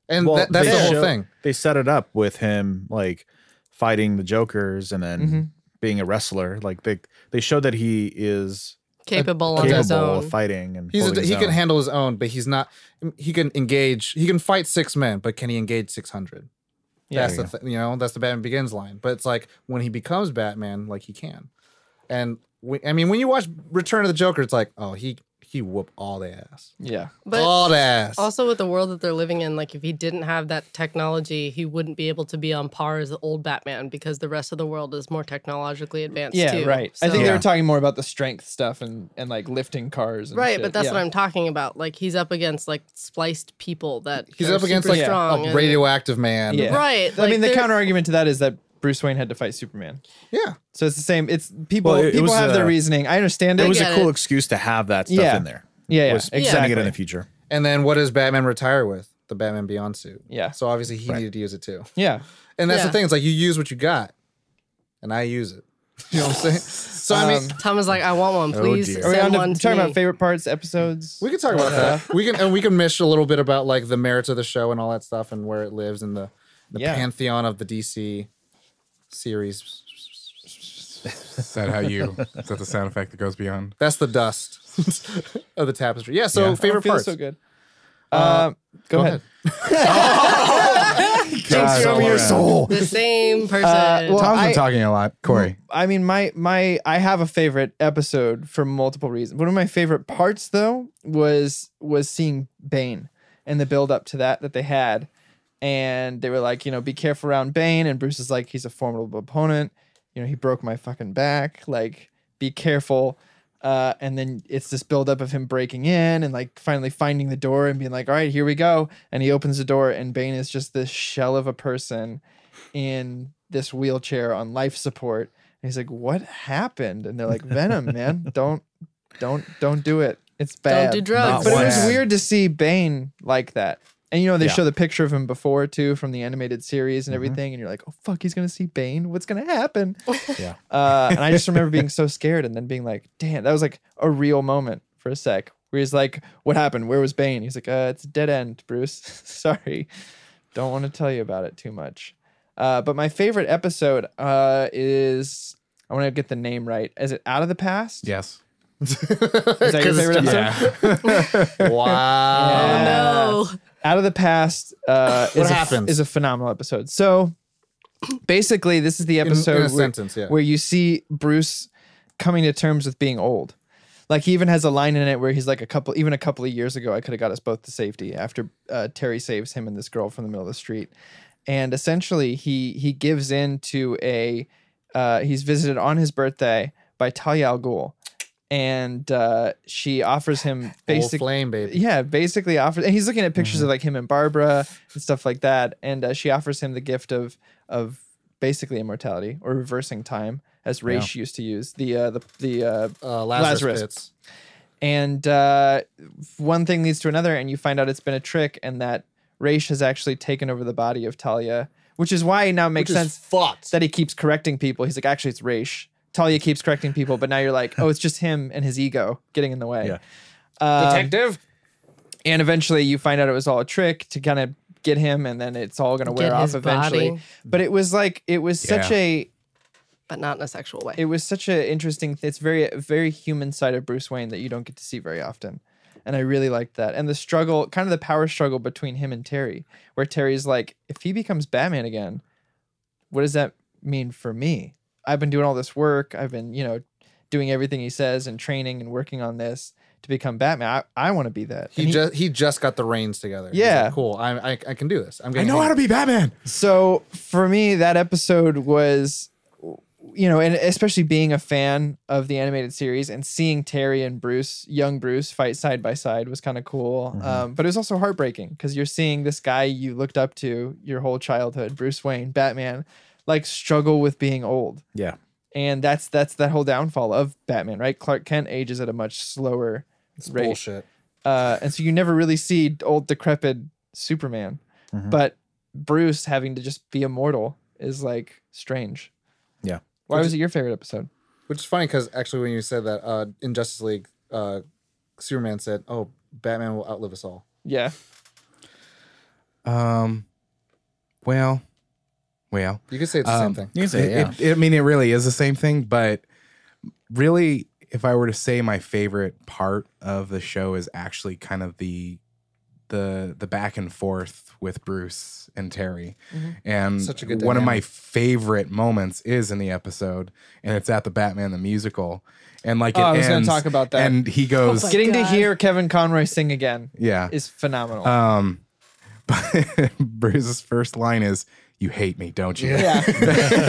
And well, that, that's they the whole show- thing. They set it up with him like fighting the Jokers and then Mhm. being a wrestler. Like they they showed that he is capable on his capable of own. fighting and He's a, holding his he can own. handle his own, but he's not. He can engage. He can fight six men, but can he engage six hundred? Yeah. that's the th- you know that's the Batman Begins line. But it's like when he becomes Batman, like he can. And we, I mean, when you watch Return of the Joker, it's like, oh, he he whoop all the ass, Yeah. But all the ass. also with the world that they're living in, like if he didn't have that technology, he wouldn't be able to be on par as the old Batman because the rest of the world is more technologically advanced. Yeah, too. right. I think So- they Yeah. were talking more about the strength stuff and, and like lifting cars. And Right, shit. but that's Yeah. what I'm talking about. Like he's up against like spliced people that he's are up against super like strong a and- radioactive man. Yeah. Right. I like, mean, the they're- counter argument to that is that Bruce Wayne had to fight Superman. yeah. So it's the same. It's people. Well, it- it people was, have uh, their reasoning. I understand it. It was get a cool it. excuse to have that stuff Yeah. in there. yeah, yeah, was exactly. sending it in the future. And then what does Batman retire with? The Batman Beyond suit. Yeah. So obviously he needed to use it too. yeah, And that's Yeah. the thing. It's like you use what you got, and I use it. You know what I'm saying? So I Um, mean, Tom is like, I want Oh, one, please. dear. are we on send to, one to talking me." about favorite parts, episodes? we can talk about that. We can and we can mish a little bit about like the merits of the show and all that stuff and where it lives in the the Yeah. pantheon of the DC series. Is that how you? is that the sound effect that goes beyond? That's the dust of the tapestry. Yeah. So Yeah. Oh, it favorite feels parts. So good. Uh, go, ahead. God, over your Laura. the same person. Uh, well- Tom's been I- Mm. talking a lot. Corey, I mean, my my I have a favorite episode for multiple reasons. One of my favorite parts, though, was was seeing Bane and the build up to that that they had, and they were like, you know, be careful around Bane, and Bruce is like, he's a formidable opponent. You know, he broke my fucking back. Like, be careful. Uh, and then it's this buildup of him breaking in and like finally finding the door and being like, all right, here we go. And he opens the door, and Bane is just this shell of a person in this wheelchair on life support. And he's like, "What happened?" And they're like, "Venom, man, don't, don't, don't do it. It's bad." Don't do drugs. But it was Wow. weird to see Bane like that. And you know, they Yeah. show the picture of him before too from the animated series and everything, and you're like, "Oh fuck, he's gonna see Bane. What's gonna happen?" Yeah. Uh, and I just remember being so scared, and then being like, "Damn, that was like a real moment for a sec." Where he's like, "What happened? Where was Bane?" He's like, "Uh, it's a dead end, Bruce. Sorry." don't want to tell you about it too much. Uh, but my favorite episode uh, is I want to get the name right. Is it Out of the Past? yes. Is that your 'Cause it's favorite episode? Wow. Yeah. no. Out of the Past uh, What is, a, happens? is a phenomenal episode. So basically, this is the In, in episode a where, sentence. Yeah. where you see Bruce coming to terms with being old. Like he even has a line in it where he's like a couple, even a couple of years ago, I could have got us both to safety after uh, Terry saves him and this girl from the middle of the street, and essentially he he gives in to a uh, he's visited on his birthday by Talia al Ghul, and uh, she offers him Old basically flame, baby. yeah, basically offers, and he's looking at Mm-hmm. pictures of like him and Barbara and stuff like that, and uh, she offers him the gift of of basically immortality or reversing time, as Raish used to use the uh, the the uh, Uh, Lazarus, Lazarus. Pits. and uh, one thing leads to another, and you find out it's been a trick, and that Raish has actually taken over the body of Talia, which is why it now makes Which is sense fucked. that he keeps correcting people. He's like, actually, it's Raish. Talia keeps correcting people, but now you're like, oh, it's just him and his ego getting in the way. Yeah. Uh, Detective. and eventually you find out it was all a trick to kind of get him and then it's all going to wear Get off his eventually body. but it was like it was such Yeah. a But not in a sexual way. it was such a interesting it's very very human side of bruce wayne that you don't get to see very often and i really liked that and the struggle kind of the power struggle between him and terry where terry's like if he becomes batman again what does that mean for me i've been doing all this work i've been you know doing everything he says and training and working on this to become batman i, I want to be that He, And just he just got the reins together. He's Yeah. like, cool. I, I I can do this. I'm I getting know how to be Batman. So for me, that episode was, you know, and especially being a fan of the animated series and seeing Terry and Bruce, young Bruce, fight side by side was kind of cool. Um, but it was also heartbreaking because you're seeing this guy you looked up to your whole childhood, Bruce Wayne, Batman, like struggle with being old. Yeah. And that's that's that whole downfall of Batman, right? Clark Kent ages at a much slower rate bullshit. uh, and so you never really see old decrepit Superman. Mm-hmm. Mhm. But Bruce having to just be immortal is like strange. Yeah. Why was it your favorite episode? Which is funny because actually, when you said that uh, in Justice League, uh, Superman said, "Oh, Batman will outlive us all." Yeah. Um, well, Well, You could say it's the same Um, thing. You can say, it- yeah. it- I mean, it really is the same thing, but really, if I were to say my favorite part of the show is actually kind of the the the back and forth with Bruce and Terry, Mm-hmm. and Such a good one of my dynamic. favorite moments is in the episode, and it's at the Batman the musical, and like Oh, it I was gonna ends, talk about that. and he goes, Getting to hear Kevin Conroy sing again yeah, is phenomenal. um, but Bruce's first line is, "You hate me, don't you?"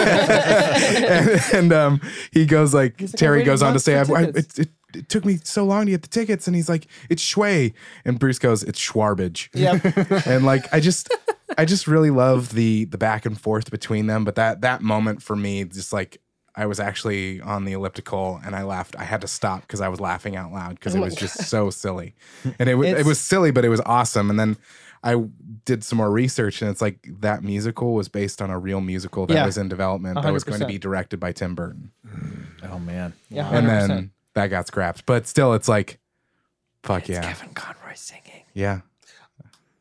and, and, um, he goes like Terry waited goes on to months say, I, for I- tickets." it, it, it took me so long to get the tickets," and he's like, "It's Shway," and Bruce goes, "It's Schwarbage." Yep. and like I just, I just really love the the back and forth between them. But that that moment for me, just like. I was actually on the elliptical and I laughed. I had to stop because I was laughing out loud because it was just so silly. And it was it It's- was silly, but it was awesome. And then I did some more research and it's like that musical was based on a real musical that Yeah. was in development that was going to 100%. be directed by Tim Burton. oh man, yeah, 100%. And then that got scrapped. But still, it's like, fuck yeah. Kevin Conroy singing. Yeah.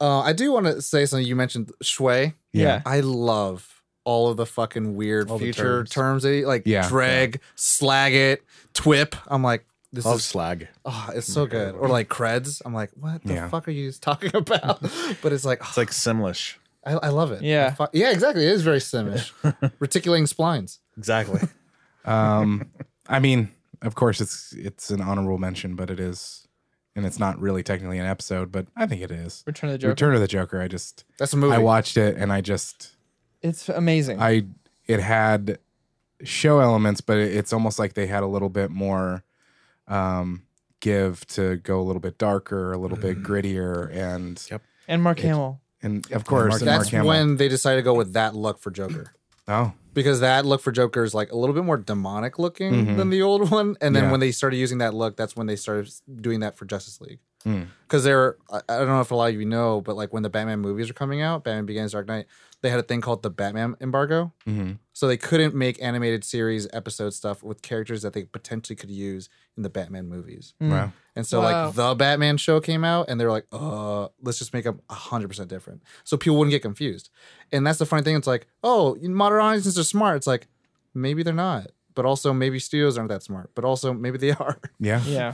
Uh, I do want to say something. You mentioned Shui. Yeah. I love all of the fucking weird All the future terms. terms. they like Yeah, drag, slag it, twip. I'm like, this love is slag. oh, it's so good. Or like creds. I'm like, what the Yeah. fuck are you talking about? but it's like, It's like Simlish. I, I love it. Yeah. I fu- yeah, exactly. It is very simish. Reticulating splines. Exactly. Um, I mean, of course, it's it's an honorable mention, but it is, and it's not really technically an episode, but I think it is. Return of the Joker. Return of the Joker. I just, That's a movie. I watched it and I just, it's amazing. I it had show elements, but it, it's almost like they had a little bit more um, give to go a little bit darker, a little Mm. bit grittier, and Yep. and Mark Hamill. and of course, Mark- and Mark That's Hamill. when they decided to go with that look for Joker. oh, because that look for Joker is like a little bit more demonic looking Mhm. than the old one. And then Yeah. when they started using that look, that's when they started s- doing that for Justice League. Hmm. Because they're, I I don't know if a lot of you know, but like when the Batman movies were coming out, Batman Begins, Dark Knight, they had a thing called the Batman embargo. mhm. So they couldn't make animated series episode stuff with characters that they potentially could use in the Batman movies. Mm. wow, And so Wow. like the Batman show came out and they were like, uh, let's just make them 100% different. So people wouldn't get confused. And that's the funny thing. It's like, oh, modern audiences are smart. It's like, maybe they're not. But also maybe studios aren't that smart. But also maybe they are. yeah. Yeah.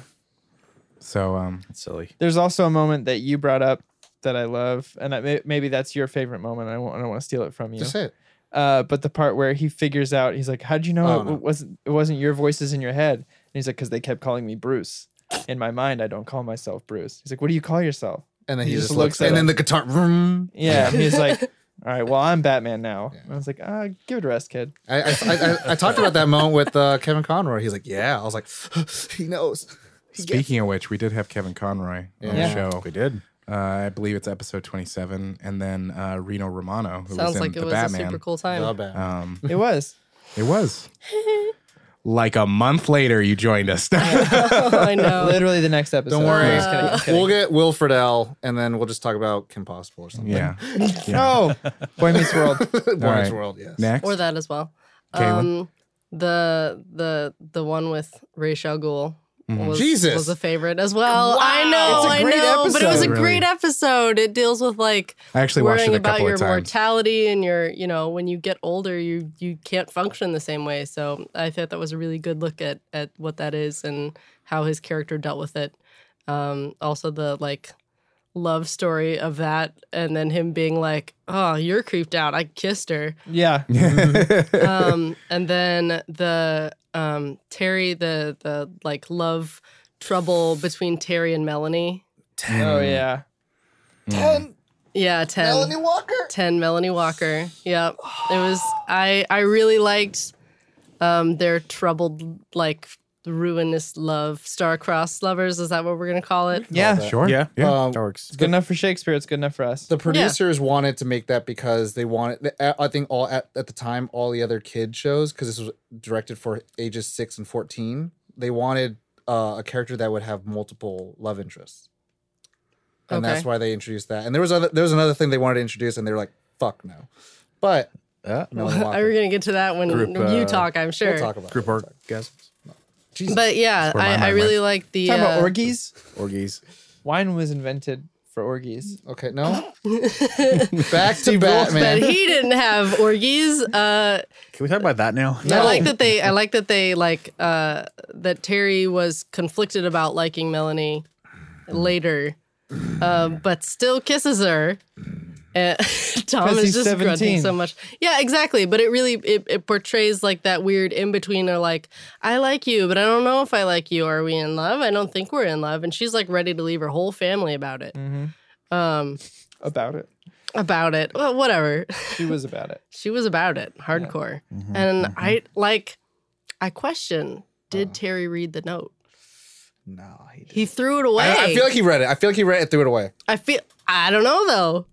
So um, That's silly. There's also a moment that you brought up that I love, and I, may- maybe that's your favorite moment. I, won't, I don't want to steal it from you. Just say it. Uh, but the part where he figures out, he's like, "How'd you know Oh, it no. wasn't it wasn't your voices in your head?" And he's like, "Cause they kept calling me Bruce. In my mind, I don't call myself Bruce." He's like, "What do you call yourself?" And then He he, just just, looks, looks at and it. then the guitar. vroom. Yeah. And he's like, "All right, well, I'm Batman now." And I was like, "Ah, give it a rest, kid." I, I, I, I- I talked about that moment with uh, Kevin Conroy. He's like, yeah. I was like, he knows. He gets- speaking of which, we did have Kevin Conroy Yeah. on the show. We did. Uh, I believe it's episode twenty-seven, and then uh, Reno Romano, who was Sounds in like the it was Batman. a super cool The time. Batman. Um, It was. it was. like a month later, you joined us. I know. Literally the next episode. Don't worry. I'm just kidding, I'm kidding. we'll get Will Friedle and then we'll just talk about Kim Possible or something. yeah. No. Boy Meets World. Boy All Meets right. World, yes. Next. Or that as well. Kayla? Um, the the the one with Ra's al Ghul Mm-hmm. was, Jesus. was a favorite as well. I know, It's a I great know, but it was a episode. great episode. It deals with like I actually watched worrying it a about couple your of times. mortality and your, you know, when you get older, you you can't function the same way. So I thought that was a really good look at at what that is and how his character dealt with it. Um, also the like love story of that, and then him being like, "Oh, you're creeped out. I kissed her." Yeah. um, and then the um, Terry, the the like love trouble between Terry and Melanie. Oh yeah. Yeah, ten. Melanie Walker. Ten Melanie Walker. Yep. It was. I I really liked um, their troubled like ruinous love, star-crossed lovers. Is that what we're gonna call it? Yeah. Sure. Yeah. Yeah. Um, That works. It's good enough for Shakespeare. It's good enough for us. the producers wanted to make that because they wanted i think all at, at the time all the other kid shows because this was directed for ages 6 and 14 they wanted uh, a character that would have multiple love interests and that's Okay. why they introduced that and there was other there was another thing they wanted to introduce and they were like fuck no but Uh, no one I walked were it. gonna get to that when Group, you uh, talk. I'm sure. we'll talk about Group it. orgasms, Jesus. But yeah, my I, I mind really like the Talking about uh, orgies. orgies. Wine was invented for orgies. Okay, no. Back to Batman. But he didn't have orgies. Uh, Can we talk about that now? I like that they. I like that they like uh, that Terry was conflicted about liking Melanie later, um, but still kisses her. And Tom 'Cause is he's just grunting 17. so much. Yeah, exactly. But it really it, it portrays like that weird in between. Or like, I like you, but I don't know if I like you. Are we in love? I don't think we're in love. And she's like ready to leave her whole family about it. Um, About it. about it. Well, whatever. She was about it. she was about it hardcore Mm-hmm, and i like i question Uh. did terry read the note no, he didn't. he threw it away I, I feel like he reed it. I feel like he read it, threw it away. i feel i don't know though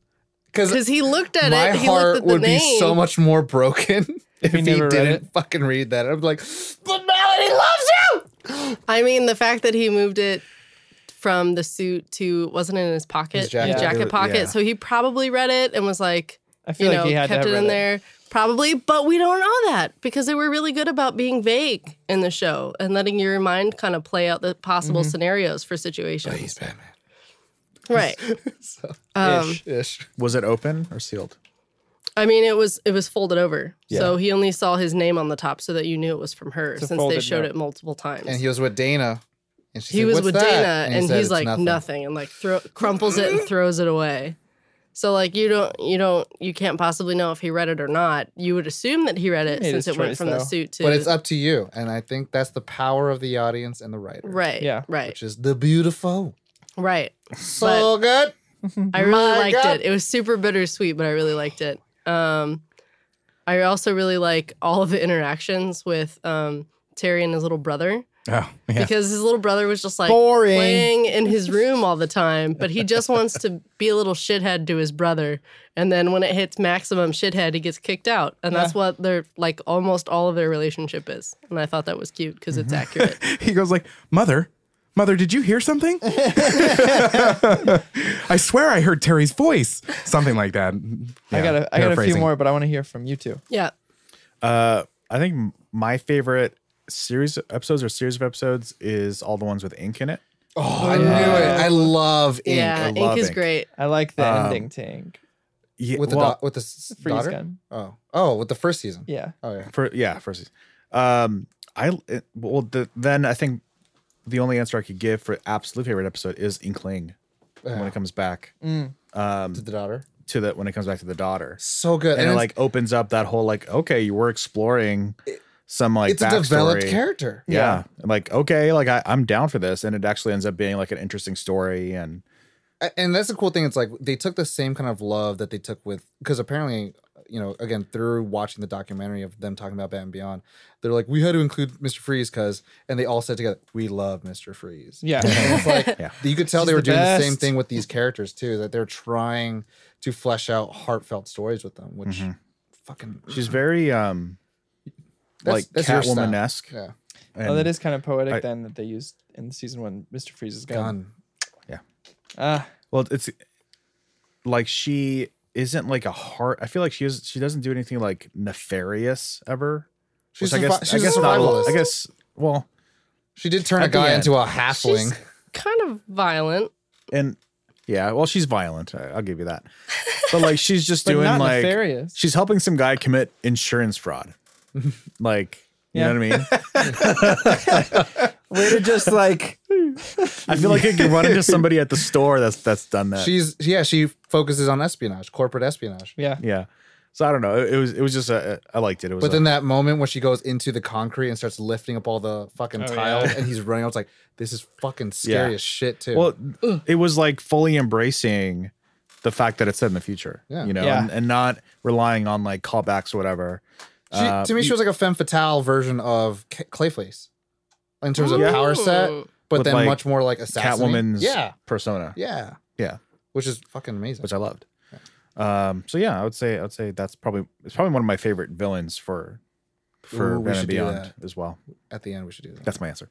because Because he looked at my it he heart looked at the would name be so much more broken if he he, never didn't read fucking read that. I'm like, but Melanie loves you. i mean the fact that he moved it from the suit to wasn't it in his pocket His jacket. Yeah. pocket Yeah. so he probably read it and was like I feel you like know he had kept to it have in read there probably but we don't know that because they were really good about being vague in the show and letting your mind kind of play out the possible Mm-hmm. scenarios for situations He's Batman. right So, um, Ish. ish. Was it open or sealed? I mean, it was it was folded over, Yeah. so he only saw his name on the top, so that you knew it was from her, It's a since they folded showed note. it multiple times. And he he was with Dana. And she said, was "What's with that?" Dana, he and, said, he's "It's like nothing. and like throw, crumples it and throws it away. So like you don't you don't you can't possibly know if he read it or not. You would assume that he read it made since his it went choice, from the though. suit to But it's up to you. And I think that's the power of the audience and the writer. right, Yeah. right, Which is the beautiful. right. So good. I really My liked God. it. It was super bittersweet, but I really liked it. Um, I also really like all of the interactions with um, Terry and his little brother. Oh, yeah. because his little brother was just like Boring. playing in his room all the time, but he just wants to be a little shithead to his brother. And then when it hits maximum shithead, he gets kicked out. And that's what their like almost all of their relationship is. And I thought that was cute because it's accurate. He goes like, "Mother, mother, did you hear something? I swear I heard Terry's voice, something like that." I Yeah, got a, I got a few paraphrasing. more, but I want to hear from you two. yeah. Uh, I think m- my favorite series episodes or series of episodes is all the ones with ink in it. Oh, I knew it. I love ink. yeah. I Ink love is ink. great. I like the Um, ending tank. Yeah, With the well, do- with the s- Freeze daughter? gun. Oh, oh, with the first season. Yeah. Oh yeah. for yeah first season. um i it- well the, then i think the only answer i could give for absolute favorite episode is inkling when it comes back To the daughter. to the when it comes back to the daughter So good. and, it it's- like opens up that whole like okay you were exploring some like it's a developed backstory. character. yeah, And, like okay like I, i'm down for this and it actually ends up being like an interesting story and A- And that's the cool thing. It's like they took the same kind of love that they took with because apparently, you know, again, through watching the documentary of them talking about Batman Beyond, they're like, we had to include Mr. Freeze because and they all said together, We love Mr. Freeze. Yeah. It's like you could tell He's they were the doing the same best. thing with these characters too, that they're trying to flesh out heartfelt stories with them, which Mm-hmm. fucking she's very um That's- like that's your style. catwoman-esque yeah. and Oh, that is kind of poetic I- then that they used in season one, Mr. Freeze's gun. Gun. Ah, Well, it's like she isn't like a heart. I feel like she is. She doesn't do anything like nefarious ever. She's which I survi- guess. she's I guess a not. survivalist. I guess. Well, She did turn a At the guy end. into a halfling. She's kind of violent. and yeah. Well, she's violent. I, I'll give you that. But like, she's just But doing not like. nefarious. She's helping some guy commit insurance fraud. like. You know what I mean? way to just like I feel like I could run into somebody at the store that's that's done that. She's yeah, she focuses on espionage, corporate espionage. yeah. yeah. So I don't know. It, it was it was just a, I liked it. It was. But a- then that moment when she goes into the concrete and starts lifting up all the fucking yeah. tiles and he's running, I was like, this is fucking scary Oh, Yeah. as shit too. Well, it was like fully embracing the fact that it's set in the future, Yeah. you know, Yeah. and, and not relying on like callbacks or whatever. she, uh, to me, she was like a femme fatale version of Ca- Clayface in terms of Yeah. power set, Mm. but With, then like, much more like assassin. Catwoman's Yeah, persona, yeah, Yeah. which is fucking amazing. which I loved. Um, so yeah, I would say I would say that's probably it's probably one of my favorite villains for for Ooh, we Batman should do Beyond that. as well. At the end, we should do that. That's my answer.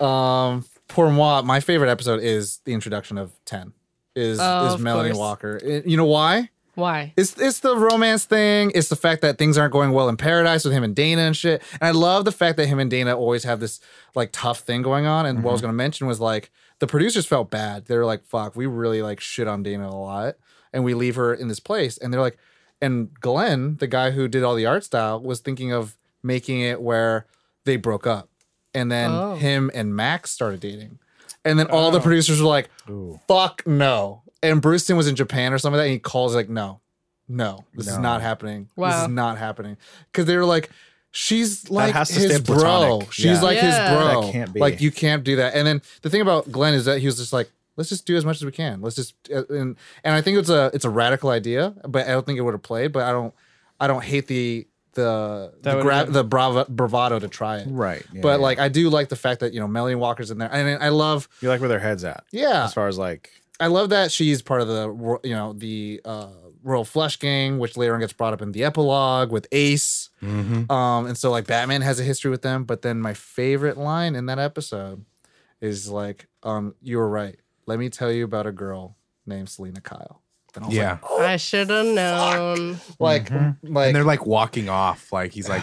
um, pour moi. My favorite episode is the introduction of Ten. Is Oh, is of Melanie course. Walker? It- you know why? Why? It's it's the romance thing. It's the fact that things aren't going well in paradise with him and Dana and shit. And I love the fact that him and Dana always have this like tough thing going on. And what I was gonna mention was like the producers felt bad. They were like, "Fuck, we really like shit on Dana a lot, and we leave her in this place." And they're like, and Glenn, the guy who did all the art style, was thinking of making it where they broke up, and then Oh. him and Max started dating. And then all the producers were like, fuck no. And Brewston was in Japan or something like that. And he calls like, no, no, this is No. not happening. This Wow. is not happening. Cause they were like, she's like has to his stay bro. platonic. She's Yeah. like Yeah. his bro. That can't be. Like you can't do that. And then the thing about Glenn is that he was just like, let's just do as much as we can. Let's just, uh, and, and I think it's a, it's a radical idea, but I don't think it would have played, but I don't, I don't hate the, the, the, That would've gra- been- the bravo, bravado to try it. Right. yeah, But yeah. like, I do like the fact that, you know, Melanie Walker's in there and I love, you like where their heads at. yeah. As far as like I love that she's part of the ro- you know the uh, Royal Flush Gang, which later on gets brought up in the epilogue with Ace. Mm-hmm. Um, and so like Batman has a history with them. But then my favorite line in that episode is like, um, "You were right. Let me tell you about a girl named Selena Kyle." And I was Yeah. I should have known. like, like, like, Mm-hmm. and they're like walking off. Like he's like,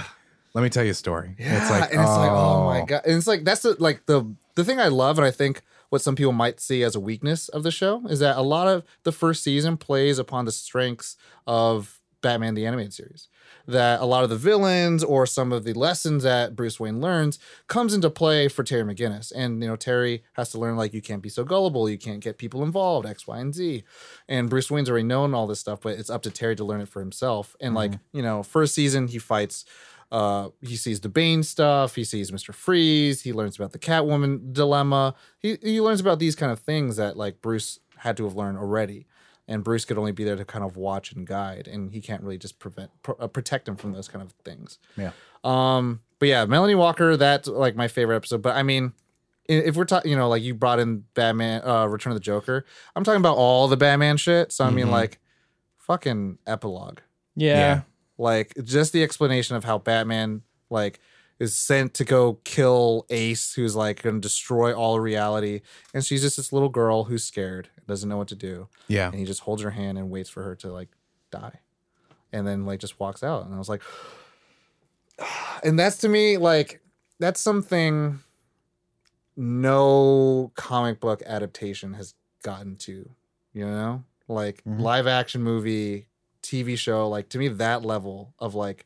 let me tell you a story. And Yeah, it's like, and it's like, oh my god, and it's like that's the, like the the thing I love, and I think what some people might see as a weakness of the show is that a lot of the first season plays upon the strengths of Batman the animated series. That a lot of the villains or some of the lessons that Bruce Wayne learns comes into play for Terry McGinnis, and you know Terry has to learn like you can't be so gullible, you can't get people involved, X, Y, and Z, and Bruce Wayne's already known all this stuff, but it's up to Terry to learn it for himself. And like Mm-hmm. you know, first season he fights uh, he sees the Bane stuff. He sees Mister Freeze. He learns about the Catwoman dilemma. He he learns about these kind of things that like Bruce had to have learned already, and Bruce could only be there to kind of watch and guide, and he can't really just prevent pro- uh, protect him from those kind of things. Yeah. Um. But yeah, Melanie Walker. That's like my favorite episode. But I mean. i- If we're talking, you know, like you brought in Batman, uh, Return of the Joker. I'm talking about all the Batman shit. So I mean, like, fucking epilogue Yeah. like just the explanation of how batman like is sent to go kill ace who's like gonna destroy all reality and she's just this little girl who's scared doesn't know what to do Yeah. and he just holds her hand and waits for her to like die and then like just walks out and i was like and that's to me like that's something no comic book adaptation has gotten to you know like Mhm. live action movie tv show like to me that level of like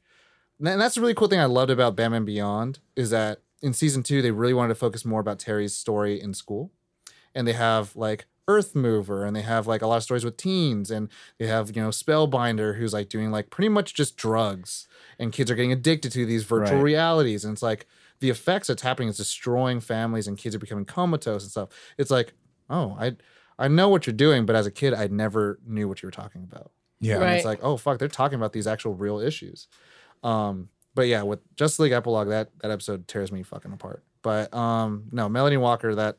and that's a really cool thing i loved about batman beyond is that in season two they really wanted to focus more about terry's story in school and they have like Earth Mover, and they have like a lot of stories with teens, and they have you know Spellbinder, who's like doing like pretty much just drugs, and kids are getting addicted to these virtual Right. realities, and it's like the effects that's happening is destroying families, and kids are becoming comatose and stuff. It's like, oh, I I know what you're doing, but as a kid, I never knew what you were talking about. Yeah. And Right. it's like, oh fuck, they're talking about these actual real issues. Um, but yeah, with Justice League epilogue, that that episode tears me fucking apart. But um, no, Melanie Walker, that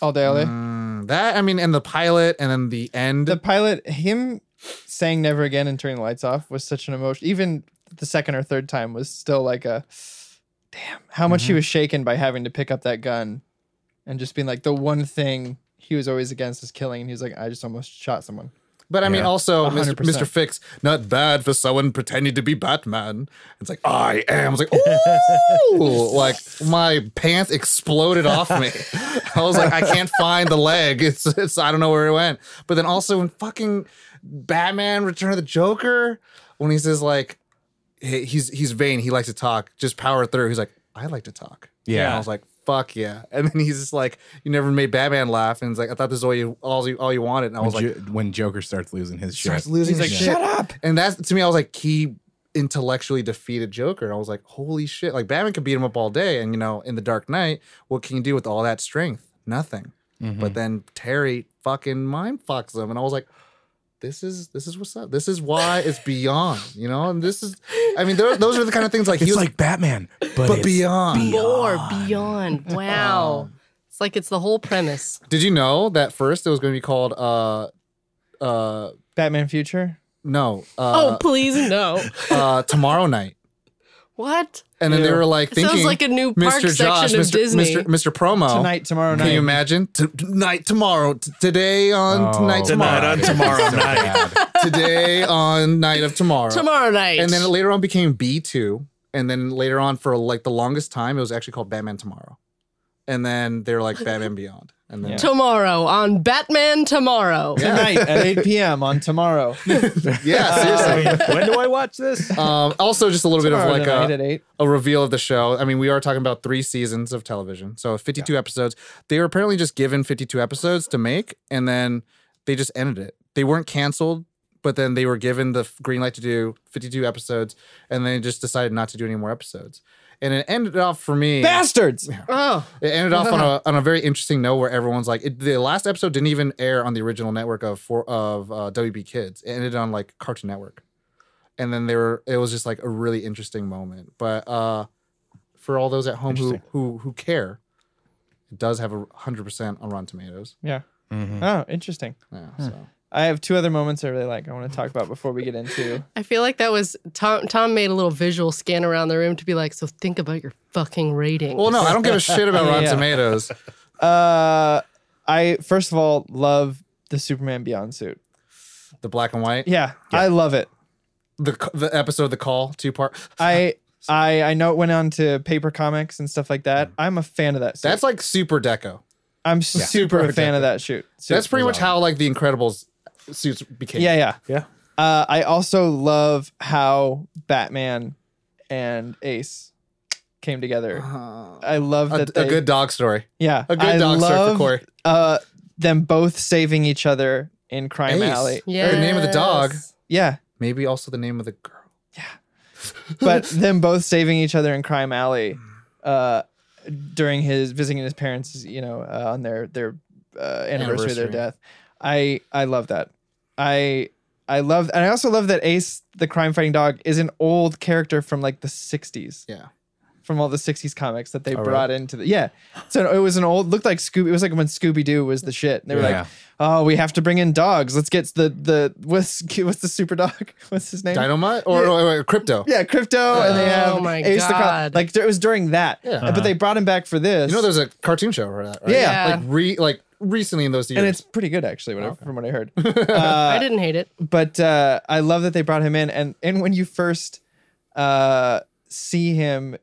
All day, all Mm-hmm. day. Mm, that I mean, and the pilot, and then the end. The pilot, him saying never again and turning the lights off was such an emotion. Even the second or third time was still like a damn how much Mm-hmm. he was shaken by having to pick up that gun and just being like the one thing he was always against is killing. And he was like, I just almost shot someone. but I mean, yeah. also Mr. 100%. Mr. Fix, not bad for someone pretending to be Batman. It's like I am. It's like ooh, like my pants exploded off me. I was like, I can't find the leg. It's it's I don't know where it went. But then also in fucking Batman Return of the Joker, when he says like he- he's he's vain, he likes to talk. Just power through. He's like, I like to talk. Yeah. And I was like, fuck yeah. And then he's just like, you never made Batman laugh. And he's like, I thought this is all you all you, all you wanted. And I was When, like, Jo- when Joker starts losing his shit. starts losing He's like, shit. shut up. And that's to me, I was like, he intellectually defeated Joker. And I was like, holy shit. Like Batman could beat him up all day. And you know, in the Dark Knight, what can you do with all that strength? Nothing. Mm-hmm. Mm-hmm. But then Terry fucking mind fucks him. And I was like, this is this is what's up. This is why it's beyond, you know. And this is, I mean, tho- those are the kind of things like it's he was, like Batman, but, but it's- beyond. More beyond. Wow. it's like it's the whole premise. Did you know that first it was going to be called uh uh Batman Future. no oh, uh, please no. uh tomorrow night What? And then they were like It sounds thinking, like a new park Mr. Josh, section of Mr. Disney." Mr. Mr. Promo Tonight, tomorrow Oh. Can night. you imagine T- tonight, tomorrow, t- today Oh. on tonight, Tonight tomorrow, on tomorrow night. today on night of tomorrow, Tomorrow night. and then it later on became B two, and then later on for like the longest time it was actually called Batman Tomorrow, and then they were like Batman Beyond, and then tomorrow on Batman Tomorrow. Tonight at 8 p.m. on tomorrow. yeah, seriously. when do I watch this? Um, also, just a little bit of Tomorrow like uh, night a, at 8. a reveal of the show. I mean, we are talking about three seasons of television, so 52 episodes. They were apparently just given 52 episodes to make, and then they just ended it. They weren't canceled, but then they were given the f- green light to do 52 episodes, and they just decided not to do any more episodes. And it ended off for me. Bastards! Oh, It ended off on Uh-huh. a on a very interesting note where everyone's like, it, the last episode didn't even air on the original network of for, of uh, WB Kids. It ended on like Cartoon Network, and then they were. It was just like a really interesting moment. But uh, for all those at home who who who care, it does have a hundred percent on Rotten Tomatoes. Yeah. Oh, interesting. Yeah, so. I have two other moments I really like I want to talk about before we get into. I feel like that was Tom. Tom made a little visual scan around the room to be like, "So think about your fucking rating." Well, no, I don't give a shit about Rotten Yeah. Tomatoes. Uh, I, first of all, love the Superman Beyond suit. The black and white, Yeah, I love it. the c- the episode, the call, two part. I. I, I know it went on to paper comics and stuff like that. I'm a fan of that. Suit. Mm. That's like super deco. I'm super a fan of that shoot. suit. That's pretty much how like the Incredibles suits became. yeah, yeah. Yeah. Uh, I also love how Batman and Ace came together. I love a, that a they- good dog story. yeah, a good I dog story for love, Corey. Uh, them both saving each other in Crime Ace. Alley. Yes. The name of the dog, Yeah, maybe also the name of the girl. but them both saving each other in Crime Alley uh, during his visiting his parents, you know, uh, on their their uh, anniversary, of their Anniversary. death. I I love that. I I love, and I also love that Ace, the crime fighting dog, is an old character from like the '60s, Yeah. from all the '60s comics that they brought into the yeah. So it was an old, looked like Scooby. It was like when Scooby Doo was the shit. And they were Yeah. like, oh, we have to bring in dogs. Let's get the the what's what's the super dog? What's his name? Dynamite or, or- or crypto. Yeah, crypto, and they have Oh my Ace the Cro- God. Like it was during that, Yeah. Uh-huh. but they brought him back for this. You know, there's a cartoon show for that, right? Yeah. Yeah. Like re like recently in those years. Oh, and it's pretty good actually, what I- from what I heard. Uh, I didn't hate it. but uh, I love that they brought him in, and and when you first uh, see him,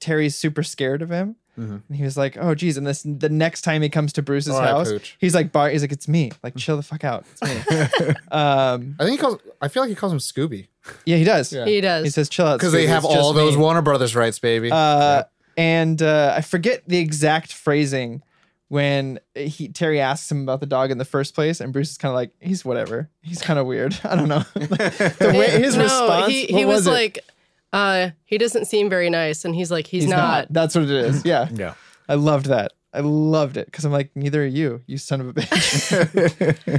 Terry's super scared of him. Mm-hmm. And he was like, "Oh, geez!" And this, the next time he comes to Bruce's All right, house, Oh, Pooch. he's like, "Bar," he's like, "It's me!" Like, chill the fuck out. It's me. um, I think he calls. I feel like he calls him Scooby yeah, he does. Yeah. He does. He says, "Chill out," because they Scooby, have it's just all those me." Warner Brothers rights, baby. Uh, and uh, I forget the exact phrasing when he Terry asks him about the dog in the first place, and Bruce is kind of like, he's whatever. He's kind of weird. I don't know. the way his no, response. he, he what was, it? like, uh, "He doesn't seem very nice," and he's like, "He's, he's not." not. That's what it is. Yeah, Yeah. I loved that. I loved it because I'm like, neither are you, you son of a bitch.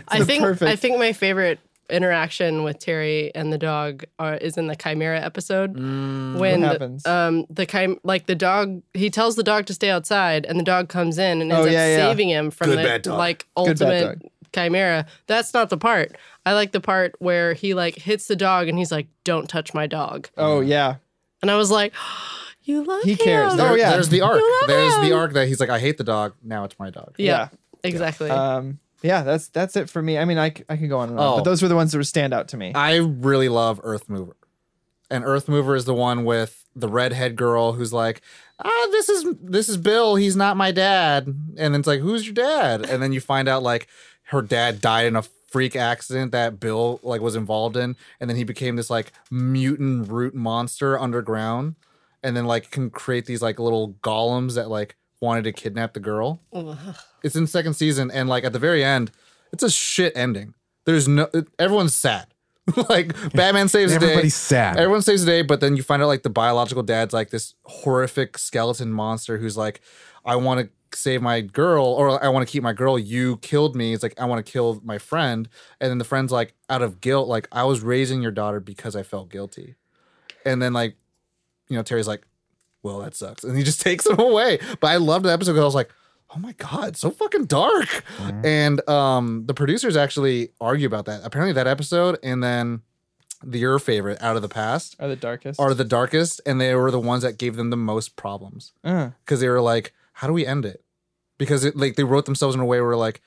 I think perfect- I think my favorite interaction with Terry and the dog are, is in the Chimera episode when Mm, What the- happens? um the chim- like the dog he tells the dog to stay outside and the dog comes in and Oh, ends up yeah, yeah. saving him from Good the bad dog. like Good bad ultimate Chimera. That's not the part. I like the part where he like hits the dog and he's like, "Don't touch my dog," oh yeah, and I was like, "Oh, "You love He cares. him." Oh, yeah. There's the arc. You love There's the him. arc that he's like, I hate the dog. Now it's my dog. yeah, Yeah. exactly. um, yeah. That's that's it for me. I mean, I, c- I could go on and on, Oh. but those were the ones that were stand out to me. I really love Earth Mover. And Earth Mover is the one with the redhead girl who's like, ah, this is this is Bill. He's not my dad. And then it's like, who's your dad? And then you find out like her dad died in a freak accident that Bill like was involved in. And then he became this like mutant root monster underground. And then like can create these like little golems that like wanted to kidnap the girl it's in second season and like at the very end it's a shit ending there's no it- everyone's sad like batman saves the day Everybody's sad. everyone saves the day but then you find out like the biological dad's like this horrific skeleton monster who's like i want to save my girl or i want to keep my girl you killed me it's like i want to kill my friend and then the friend's like out of guilt like i was raising your daughter because i felt guilty and then like you know terry's like well that sucks and he just takes him away but i loved the episode because i was like oh my god so fucking dark Mm-hmm. and um the producers actually argue about that apparently that episode and then the, your favorite out of the past Are the darkest. are the darkest, and they were the ones that gave them the most problems Uh, because they were like, "How do we end it?" Because it, like they wrote themselves in a way where like,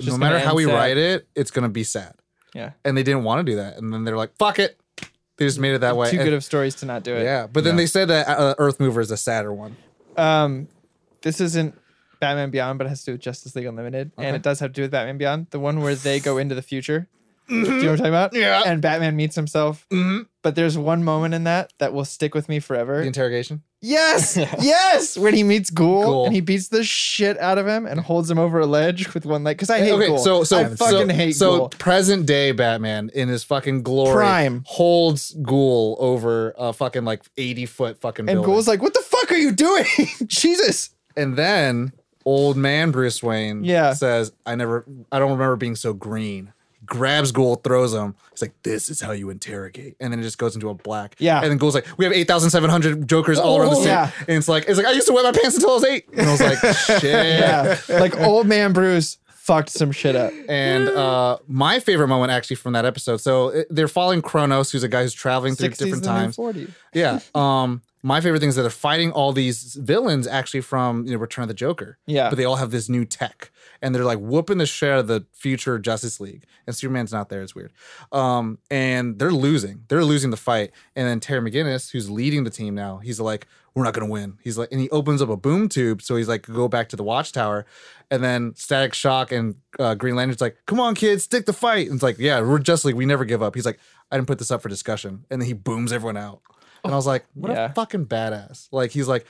Just no matter gonna how end we sad. write it, it's gonna be sad. yeah. And they didn't want to do that, and then they're like, "Fuck it," they just made it that way. Too And- good of stories to not do it. yeah, but then they said that uh, Earth Mover is a sadder one. Um, this isn't Batman Beyond, but it has to do with Justice League Unlimited, and it does have to do with Batman Beyond, the one where they go into the future. Do you know what I'm talking about? Yeah. Mm-hmm. And Batman meets himself. But there's one moment in that that will stick with me forever. The interrogation. Yes, yes. When he meets Ghoul, Ghoul. and he beats the shit out of him and holds him over a ledge with one leg. Because I hate okay, Ghoul. so so I fucking so, hate so Ghoul. present day Batman in his fucking glory Prime. holds Ghoul over a fucking like eighty foot fucking And building. Ghoul's like, "What the fuck are you doing, Jesus?" and then old man Bruce Wayne Yeah. says, "I never, I don't remember being so green." Grabs Ghoul, throws him. He's like, "This is how you interrogate," and then it just goes into a black. Yeah. and then Ghoul's like, "We have eight thousand seven hundred Jokers all around the Oh, city," yeah. and it's like, "It's like I used to wear my pants until I was eight. and I was like, "Shit." Yeah, like old man Bruce fucked some shit up. And uh, my favorite moment actually from that episode. So it, they're following Kronos, who's a guy who's traveling through 60s different the new times. 40. Yeah. Um, my favorite thing is that they're fighting all these villains actually from you know, Return of the Joker. Yeah. But they all have this new tech, and they're like whooping the shit out of the future Justice League. And Superman's not there. It's weird. Um, and they're losing. They're losing the fight. And then Terry McGinnis, who's leading the team now, he's like, "We're not gonna win." He's like, and he opens up a boom tube, so he's like, "Go back to the Watchtower." And then Static Shock and uh, Green Lantern's like, "Come on, kids, stick the fight." And it's like, "Yeah, we're Justice League. We never give up." He's like, "I didn't put this up for discussion." And then he booms everyone out. And I was like, "What Yeah. a fucking badass!" Like he's like.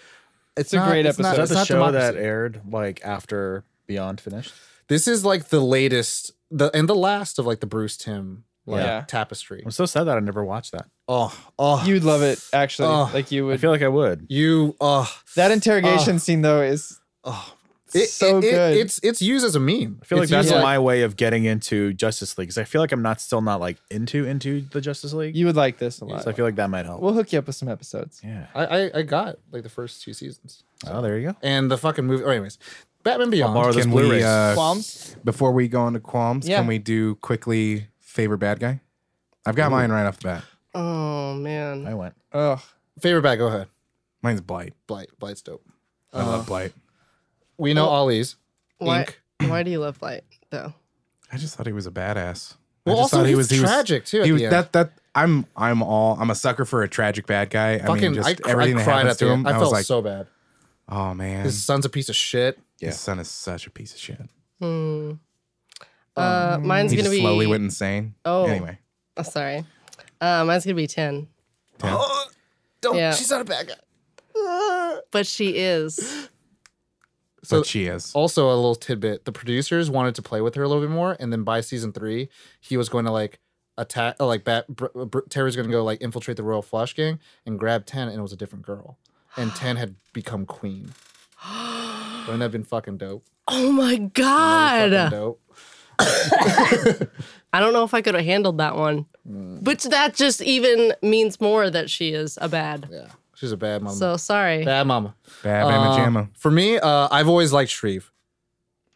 It's, a not- great it's not- episode. Is that it's the not show democracy. that aired like after Beyond finished? This is like the latest, the and the last of like the Bruce Tim like Yeah. tapestry. I'm so sad that I never watched that. Oh, oh, you, You'd love it, actually. Oh, like you I would. feel like I would. you, oh, that interrogation scene though is oh. So good. it's it's used as a meme. I feel like It's that's used usually- my way of getting into Justice League because I feel like I'm not still not like into into the Justice League. you would like this a lot. so I feel like that might help. we'll hook you up with some episodes. yeah. I, I I got like the first two seasons Oh, there you go. and the fucking movie. Or anyways, Batman Beyond. borrow this Can Blu-ray. we, uh, Qualms? before we go on to qualms, Yeah. can we do quickly favorite bad guy? I've got mine right off the bat. Oh man. I went. Ugh. Favorite bag. Go ahead. Mine's Blight. Blight. Blight's dope. Uh. I love Blight. We know Well, Ollie's. Why Ink. why do you love light though? I just thought he was a badass. Well, I just also thought he's tragic too. At he the was end. that that I'm I'm all I'm a sucker for a tragic bad guy. I fucking. mean, just I, cr- I everything that cried happens at the to him. end. I, I, was felt like, so bad. oh man, His his, son's a piece of shit. son is such a piece of shit. Hmm. Um, Uh, mine's he gonna just be. slowly went insane. Oh. anyway, oh, sorry. Uh, mine's gonna be ten, Oh, Don't. Yeah. She's not a bad guy. but she is. So- Oh. but she is. also a little tidbit the producers wanted to play with her a little bit more and then by season three he was going to like attack uh, like bat Br- Br- terry's going to go like infiltrate the royal flush gang and grab 10 and it was a different girl and 10 had become queen wouldn't that have been fucking dope Oh my Fucking god! dope I don't know if I could have handled that one. Mm. But that just even means more that she is a bad. yeah she's a bad mama So sorry. bad mama Bad Bama Uh, Jamma. for me uh, i've always liked shreve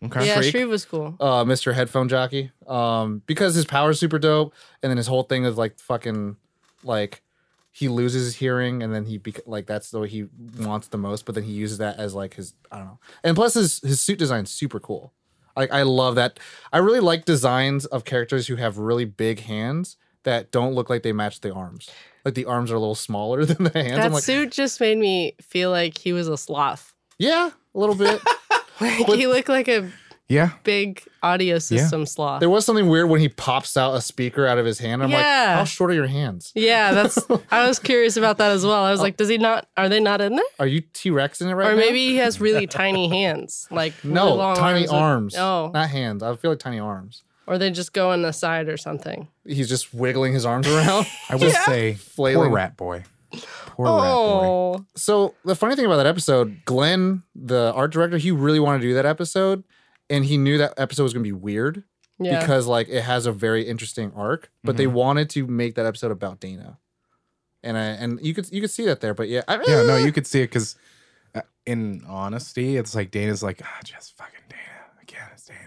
Okay. yeah, freak. Shreve was cool. uh, Mr. Headphone Jockey, um, because his power's super dope, and then his whole thing is like fucking, like he loses his hearing, and then he bec- like that's the way he wants the most, but then he uses that as like his I don't know, and plus his his suit design's super cool. Like I love that. I really like designs of characters who have really big hands that don't look like they match the arms. Like the arms are a little smaller than the hands. that I'm like, suit just made me feel like he was a sloth. yeah, a little bit. Like he looked like a Yeah. big audio system sloth. there was something weird when he pops out a speaker out of his hand. I'm Yeah. like, how short are your hands? yeah, that's. I was curious about that as well. I was Oh. like, does he not? Are they not in there? Are you T Rex in it right or now? maybe he has really tiny hands, like really Uh-huh. no long tiny arms. with- Oh, not hands. I feel like tiny arms. or they just go on the side or something. He's just wiggling his arms around. I would say poor Flailing. Rat Boy. Poor Rat Boy. Oh, so the funny thing about that episode, Glenn, the art director, he really wanted to do that episode, and he knew that episode was going to be weird yeah. because like it has a very interesting arc, but Mm-hmm. they wanted to make that episode about Dana. And I and you could you could see that there, but yeah, I, Yeah, no, you could see it because, uh, in honesty, it's like Dana's like, ah, just fucking Dana again. It's Dana.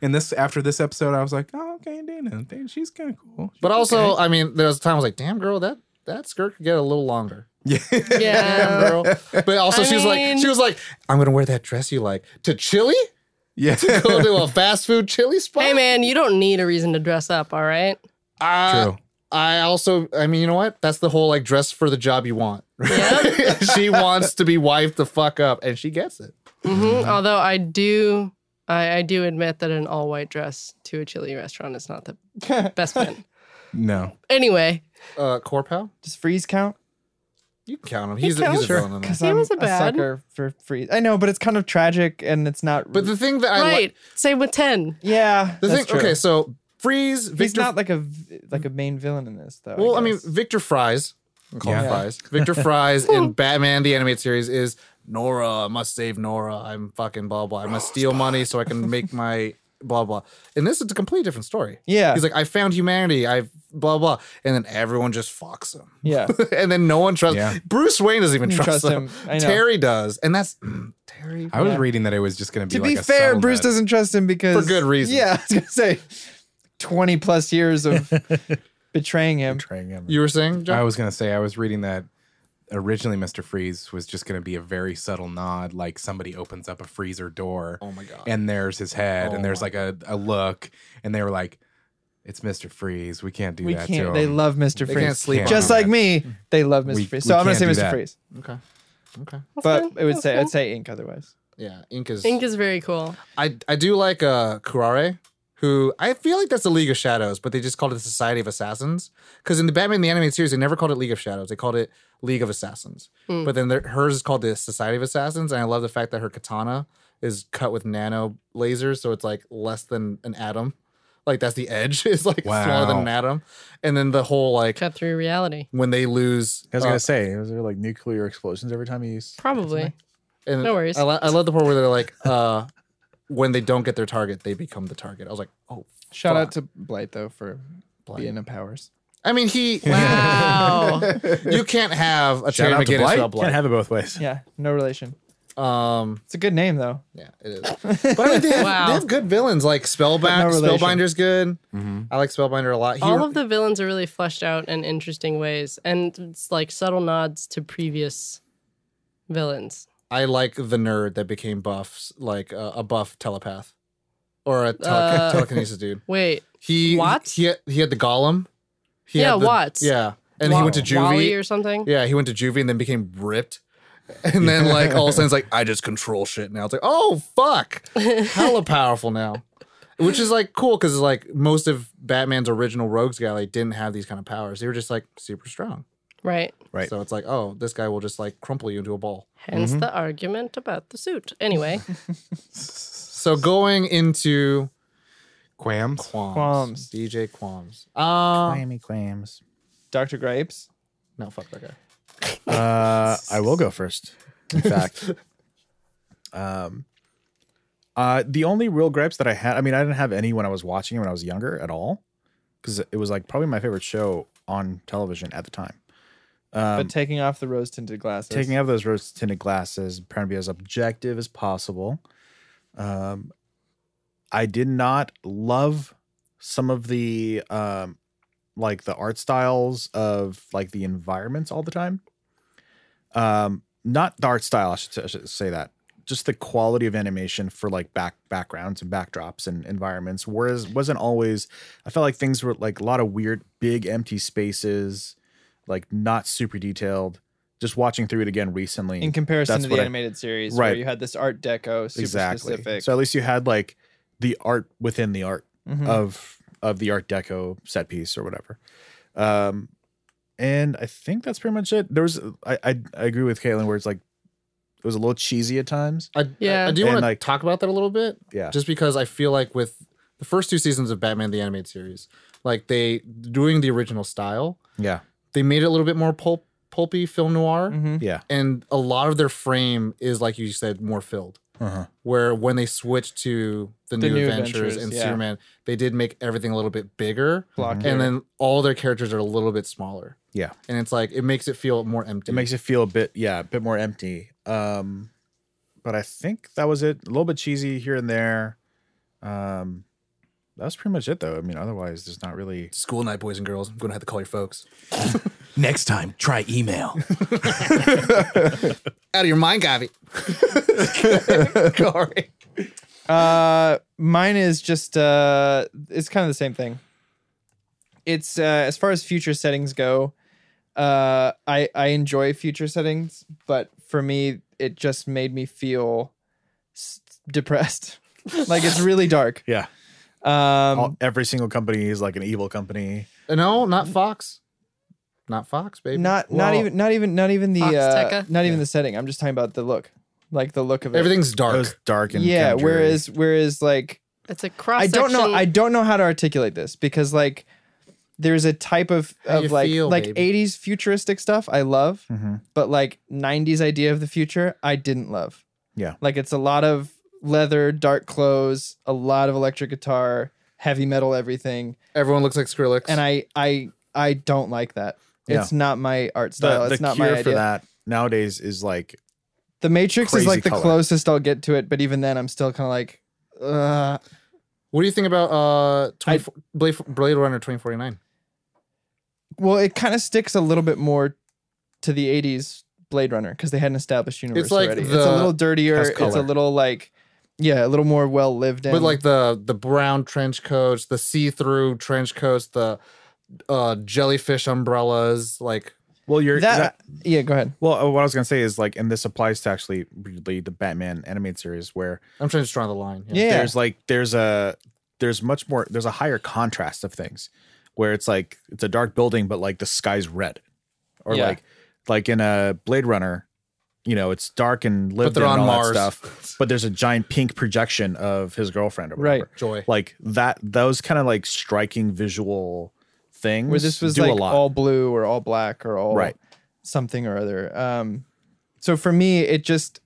And this after this episode, I was like, oh, okay, Dana. Diana. They- She's kind of cool. She's But also, okay. I mean, there was a time I was like, damn, girl, that that skirt could get a little longer. Yeah. Damn, girl. But also, I she was like, mean- she was like, I'm gonna wear that dress you like to Chile. yeah. Go to a fast food Chili spot. Hey man, you don't need a reason to dress up, all right? Uh, True. I also, I mean, you know what? That's the whole like dress for the job you want. she wants to be wiped the fuck up, and she gets it. hmm Although I do, I, I do admit that an all-white dress to a chili restaurant is not the best plan. No. Anyway, Uh, Corpow, Does freeze count? you can count him. He's, a, he's a counts. villain. In that. Because He I'm was a bad. sucker for freeze. I know, but it's kind of tragic and it's not. But the thing that I right? like, Same with ten. yeah, the that's thing, true. okay, so Freeze, Victor, he's not like a v- like a main villain in this though. Well, I, mean, guess. Victor Fries, I call him Yeah. Fries. Victor Fries in Batman the animated series is Nora. I must save Nora. I'm fucking blah blah. I must steal money so I can make my blah blah. And this is a completely different story. Yeah. he's like, I found humanity. I blah blah, and then everyone just fucks him. yeah, and then no one trusts. Yeah. Bruce Wayne doesn't even trust, trust him. him. I know. Terry does, and that's Terry I was Yeah. reading that it was just going to be like be a fair, Bruce settlement. doesn't trust him because For good reason. Yeah, I was gonna say twenty plus years of betraying him. Trying him. You were saying, I John? was going to say, I was reading that originally Mr. Freeze was just going to be a very subtle nod, like somebody opens up a freezer door oh my god. and there's his head Oh and there's my like a, a look. And they were like, it's Mr. Freeze. We can't do We that can't. to They him. love Mister They Freeze. can't sleep. Can't. on Just him. like me, they love Mister We- Freeze. we So I'm gonna can't say do Mister that. Freeze, Okay. Okay. but it would say That's I'd say Ink otherwise. Yeah. Ink is. Ink is very cool. I I do like uh Kurare, who I feel like that's the League of Shadows, but they just called it the Society of Assassins. Because in the Batman the animated series, they never called it League of Shadows; they called it League of Assassins. Hmm. But then their, hers is called the Society of Assassins, and I love the fact that her katana is cut with nano lasers, so it's like less than an atom. Like that's the edge; it's like smaller than Wow. an atom. And then the whole like Cut through reality, when they lose, I was uh, gonna say, was there like nuclear explosions every time he used? probably. and no worries. I, lo- I love the part where they're like, uh, when they don't get their target, they become the target. I was like, oh. Shout Fuck. out to Blight though for being a powers. I mean, he Wow. you can't have a Shout Terry out to McGinnis Blight. without Can't Blight. have it both ways. Yeah, no relation. um, It's a good name though. yeah, it is. But I mean, they have, Wow. they have good villains like Spellbound. But no relation. Spellbinder's good. I like Spellbinder a lot. He, All of the villains are really fleshed out in interesting ways, and it's like subtle nods to previous villains. I like the nerd that became buffs, like uh, a buff telepath or a tele- Uh, telekinesis dude. Wait, He Watts? He had, he had the golem. He Yeah, had the- Watts. Yeah, and he Wa- went to juvie. Wally or something. Yeah, he went to juvie and then became ripped. And then like all of a sudden it's like I just control shit now. It's like, oh fuck. Hella powerful now. Which is like cool because like most of Batman's original rogues gallery didn't have these kind of powers. They were just like super strong. Right. Right. So it's like, oh, this guy will just like crumple you into a ball. Hence the argument about the suit. Anyway, So going into Quams. Qualms. Qualms. DJ Qualms. Uh, Miami clams. Doctor Gripes. no, fuck that guy. Uh, I will go first. In fact, um, uh, the only real gripes that I had, I mean, I didn't have any when I was watching it when I was younger at all, because it was like probably my favorite show on television at the time. Um, but taking off the rose tinted glasses. Taking out those rose tinted glasses, trying to be as objective as possible. Um, I did not love some of the um, like the art styles of like the environments all the time. Um, not the art style, I should, I should say that. Just the quality of animation for like back backgrounds and backdrops and environments. Whereas wasn't always. I felt like things were like a lot of weird, big empty spaces, like not super detailed. Just watching through it again recently in comparison that's to what the I- animated series, where Right. you had this Art Deco, super specific. So at least you had like the art within the art Mhm. of of the Art Deco set piece or whatever. Um, and I think that's pretty much it. There was I I, I agree with Caitlin where it's like it was a little cheesy at times. I, yeah. Yeah. I, do And, want like- to talk about that a little bit. Yeah. Just because I feel like with the first two seasons of Batman the animated series, like they doing the original style, Yeah, they made it a little bit more pulp, pulpy film noir, Mhm. yeah, and a lot of their frame is like you said, more filled. uh-huh. Where when they switched to the, The new, New adventures, Adventures, and yeah. Superman, they did make everything a little bit bigger, Block and here. then all their characters are a little bit smaller, yeah. and it's like it makes it feel more empty. It makes it feel a bit yeah a bit more empty. Um, but I think that was it. A little bit cheesy here and there. Um, that's pretty much it though. I mean, otherwise, there's not really. School night, boys and girls. I'm gonna have to call your folks. Next time, try email. Out of your mind, Gavi. Corey. Uh, mine is just uh, it's kind of the same thing. It's uh, as far as future settings go, uh, I I enjoy future settings, but for me, it just made me feel s- depressed. like it's really dark. Yeah, Um, All, every single company is like an evil company. Uh, No, not Fox. Not Fox, baby. not not well- even not even not even the Fox uh, Tekka? not even the setting. I'm just talking about the look, like the look of it. Everything's It dark. was dark and Yeah. kinda dreary. Whereas whereas like It's a cross. I don't know. I don't know how to articulate this because like there's a type of How of you like feel, like baby. 80s futuristic stuff I love, Mm-hmm. but like 90s idea of the future I didn't love. Yeah. Like it's a lot of leather, dark clothes, a lot of electric guitar, heavy metal everything, Everyone looks like Skrillex. and I I I don't like that. Yeah. It's not my art the, style. the it's not cure my idea. for that nowadays is like The Matrix is crazy like the color. closest I'll get to it, but even then I'm still kind of like uh what do you think about uh 24 Blade, Blade Runner 2049? well, it kind of sticks a little bit more to the '80s Blade Runner because they had an established universe It's like already. it's the- a little dirtier. has It's color. a little like, yeah, a little more well lived in. But like the the brown trench coats, the see-through trench coats, the uh jellyfish umbrellas, like well you're that, yeah, go ahead. Well, uh, what I was gonna say is like, and this applies to actually really the Batman animated series, where I'm trying to draw the line. Yeah, there's like there's a there's much more there's a higher contrast of things, where it's like it's a dark building, but like the sky's red, or Yeah. like like in a Blade Runner, you know, it's dark and lived they're in on and all Mars. that stuff, but there's a giant pink projection of his girlfriend, or Right. whatever. Joy. Like that, those kind of like striking visual things. Where this was do a like lot. all blue or all black or all Right. something or other. Um, so for me, it just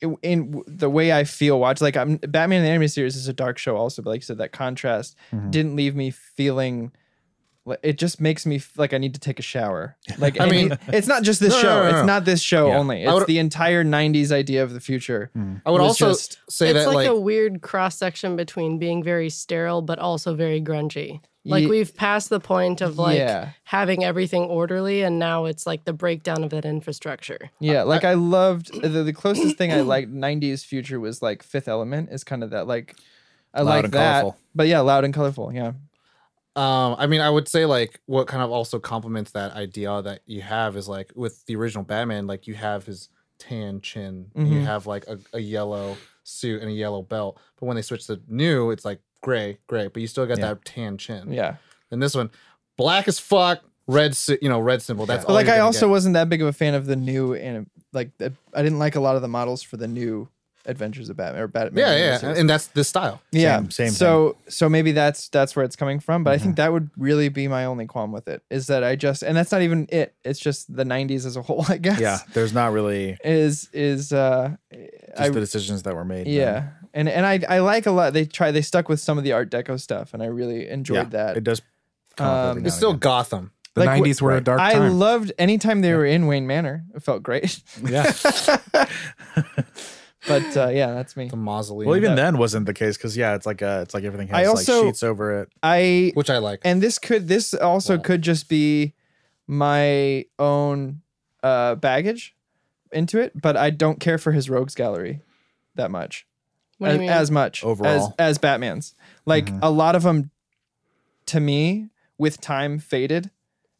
it, in w- the way I feel watch like I'm Batman the animated series is a dark show also, but like you said, that contrast Mm-hmm. didn't leave me feeling. like- It just makes me f- like I need to take a shower. Like I, mean, mean- it's not just this No, no, show. no, no, no. It's not this show Yeah. Mm-hmm. only. I It's would- the entire '90s idea of the future. I would was also just- say it's that like, like, a weird cross section between being very sterile but also very grungy. Like Ye- we've passed the point of like Yeah. having everything orderly, and now it's like the breakdown of that infrastructure. Yeah, like I, loved uh, the, the closest thing I liked '90s future was like Fifth Element is kind of that like I Loud like and that, colorful. but yeah, loud and colorful. Yeah, um I mean I would say like what kind of also complements that idea that you have is like with the original Batman, like you have his tan chin, and you Mhm. have like a, a yellow suit and a yellow belt. But when they switch to new, it's like gray, gray, but you still got Yeah. that tan chin. yeah. And this one, black as fuck, red si- you know, red symbol. That's But all like you're I gonna also get. wasn't that big of a fan of the new and like the, I didn't like a lot of the models for the new Adventures of Batman or Batman. Yeah, animated yeah. series. And that's the style. yeah. Same- same so so maybe that's that's where it's coming from, but I think that would really be my only qualm with it is that I just and that's not even it. It's just the '90s as a whole, I guess. yeah, there's not really Is is uh just I the decisions that were made. then. Yeah. And and I, I like a lot they try they stuck with some of the art deco stuff and I really enjoyed that. It does. Um, every now It's and still again. Gotham. The Like, 90s were a dark I time. loved anytime they were in Wayne Manor. It felt great. Yeah. But uh, yeah, that's me. The mausoleum. well, even then wasn't the case because yeah, it's like uh, it's like everything has I also- like sheets over it. I which I like. and this could this also could just be my own uh baggage into it, but I don't care for his rogues gallery that much. What do as, you mean? as much Overall. Mm-hmm. as as Batman's. Like a lot of them, to me, with time faded,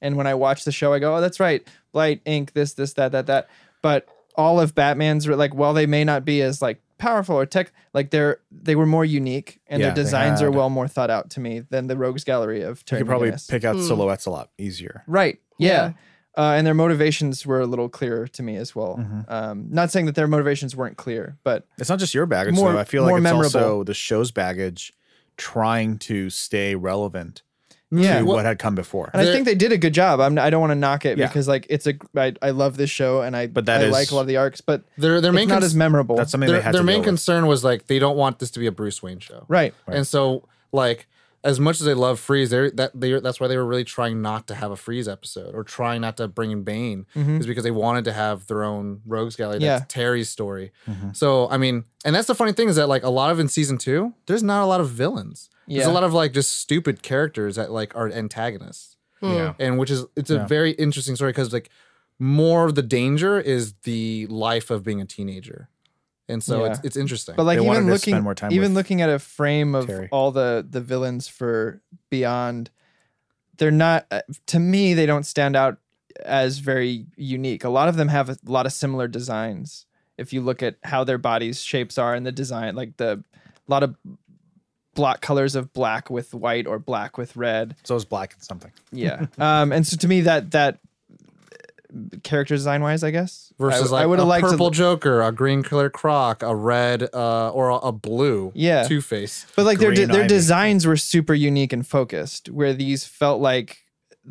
and when I watch the show, I go, "Oh, that's right, light ink, this, this, that, that, that." But all of Batman's were like, while they may not be as like powerful or tech, like they're they were more unique, and Yeah, their they designs are had- well more thought out to me than the Rogues Gallery of. You Terry could probably McGinnis. pick Hmm. out silhouettes a lot easier. Right. Yeah. Yeah. Uh, and their motivations were a little clearer to me as well. Mm-hmm. Um, not saying that their motivations weren't clear, but It's not just your baggage. More- though. I feel like more it's also memorable. the show's baggage, trying to stay relevant yeah, to what had come before. And I There- think they did a good job. I'm, I don't want to knock it Yeah. because like it's a I, I love this show and I But that I is- like a lot of the arcs, but Their their it's main not cons- as memorable. That's something their, they had their to main deal with. concern was like they don't want this to be a Bruce Wayne show. right. And so like as much as they love Freeze, they're, that they that's why they were really trying not to have a Freeze episode or trying not to bring in Bane is because they wanted to have their own Rogues Gallery. That's Mm-hmm. Yeah. Mm-hmm. Terry's story. So I mean, and that's the funny thing is that like a lot of in season two, there's not a lot of villains. There's a Yeah. lot of like just stupid characters that like are antagonists Hmm. Yeah. and which is it's a very interesting story because like more of the danger is the life of being a teenager and so it's, Yeah. it's interesting But like They wanted even to looking spend more time even with looking at a frame of Terry. all the the villains for Beyond, they're not uh, to me they don't stand out as very unique. A lot of them have a lot of similar designs. If you look at how their bodies shapes are and the design, like the lot of block colors of black with white or black with red. So it's black and something. Yeah. um and so to me that that uh, character design wise, I guess I- versus like I would a have liked to- purple joker a green color croc a red uh or a, a blue Yeah. two face But like their Green their Ivy. designs were super unique and focused, where these felt like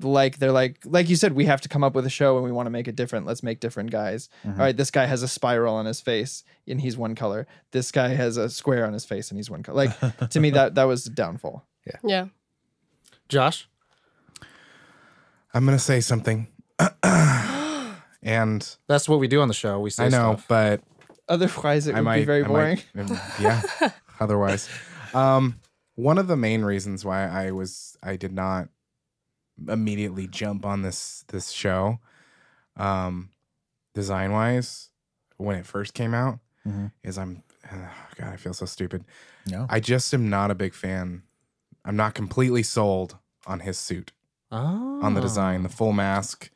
like they're like like you said, we have to come up with a show and we want to make it different. Let's make different guys. All right, this guy has a spiral on his face and he's one color. This guy has a square on his face and he's one color. Like to me, that that was a downfall. Yeah. josh I'm gonna say something, and that's what we do on the show we say I know, stuff. but Otherwise, it I would might be very I boring. might- um, yeah. Otherwise, um, one of the main reasons why I was I did not immediately jump on this this show, um, design wise, when it first came out, Mm-hmm. Mhm. is I'm uh, God I feel so stupid. No. I just am not a big fan. I'm not completely sold on his suit oh. on the design, the full mask.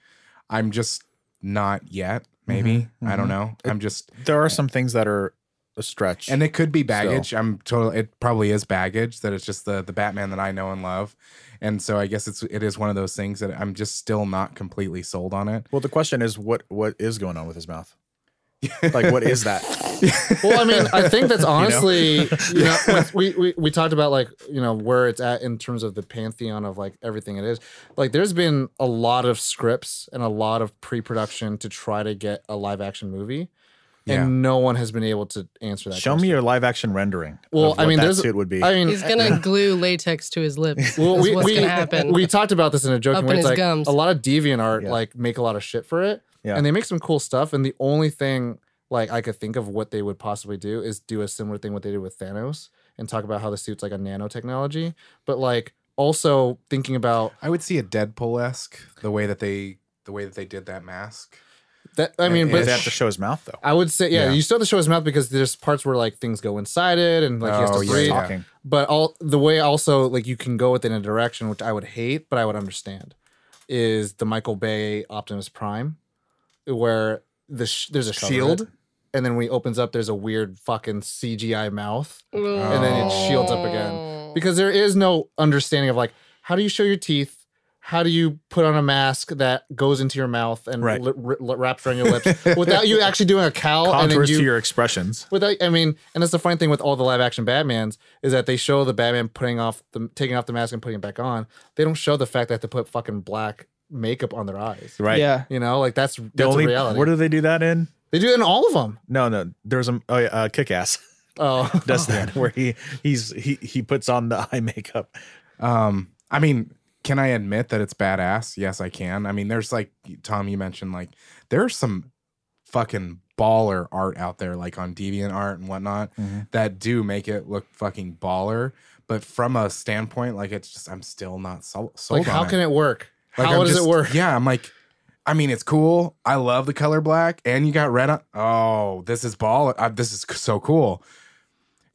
I'm just not yet. Maybe Mm-hmm. I don't know. I'm just There are some things that are a stretch. and it could be baggage. I'm totally. It probably is baggage that it's just the the Batman that I know and love, and so I guess it's it is one of those things that I'm just still not completely sold on it. well, the question is what what is going on with his mouth? like what is that? well, I mean, I think that's honestly, you know, with- we, we we talked about like you know where it's at in terms of the pantheon of like everything it is. Like, there's been a lot of scripts and a lot of pre-production to try to get a live action movie, Yeah. and no one has been able to answer that. Show me question. your live action rendering. Well, of I what mean, that there's suit would be. I mean, He's gonna glue latex to his lips. well, That's we, what's we, gonna happen. we talked about this in a Up joking in way. It's his like gums. a lot of deviant art Yeah. like make a lot of shit for it, Yeah. and they make some cool stuff. And the only thing like I could think of what they would possibly do is do a similar thing what they did with Thanos and talk about how the suit's like a nanotechnology, but like also thinking about I would see a Deadpool esque the way that they the way that they did that mask. that. I mean, Yeah, but they have to show his mouth though. I would say yeah, Yeah. you still have to show his mouth because there's parts where like things go inside it and like he has Oh, to yeah, breathe. yeah. Talking. but all the way also like you can go within a direction which i would hate but i would understand is the michael bay optimus prime where the sh- there's a Cover shield it. and then when he opens up there's a weird fucking cgi mouth and and then it shields up Oh. again because there is no understanding of like how do you show your teeth how do you put on a mask that goes into your mouth and Right. li- ri- li- wraps around your lips without you actually doing a cowl and then Contours you to your expressions. with uh, I mean, and that's the funny thing with all the live action Batmans is that they show the Batman putting off the taking off the mask and putting it back on. They don't show the fact that they have to put fucking black makeup on their eyes. Right. Yeah, You know, like that's The that's only a reality. where do they do that in? they do it in all of them. No, no. There's a oh yeah, uh, kick ass Oh, does that where he he's he he puts on the eye makeup. Um, I mean, can I admit that it's badass? Yes, I can. I mean, there's like Tom, you mentioned like there's some fucking baller art out there, like on Deviant Art and whatnot, Mm-hmm. that do make it look fucking baller. But from a standpoint, like it's just I'm still not sol- sold. like how on can it work? Like, how I'm does just- it work? Yeah, I'm like, I mean, it's cool. I love the color black, and you got red on. Oh, this is baller. Uh, this is c- so cool.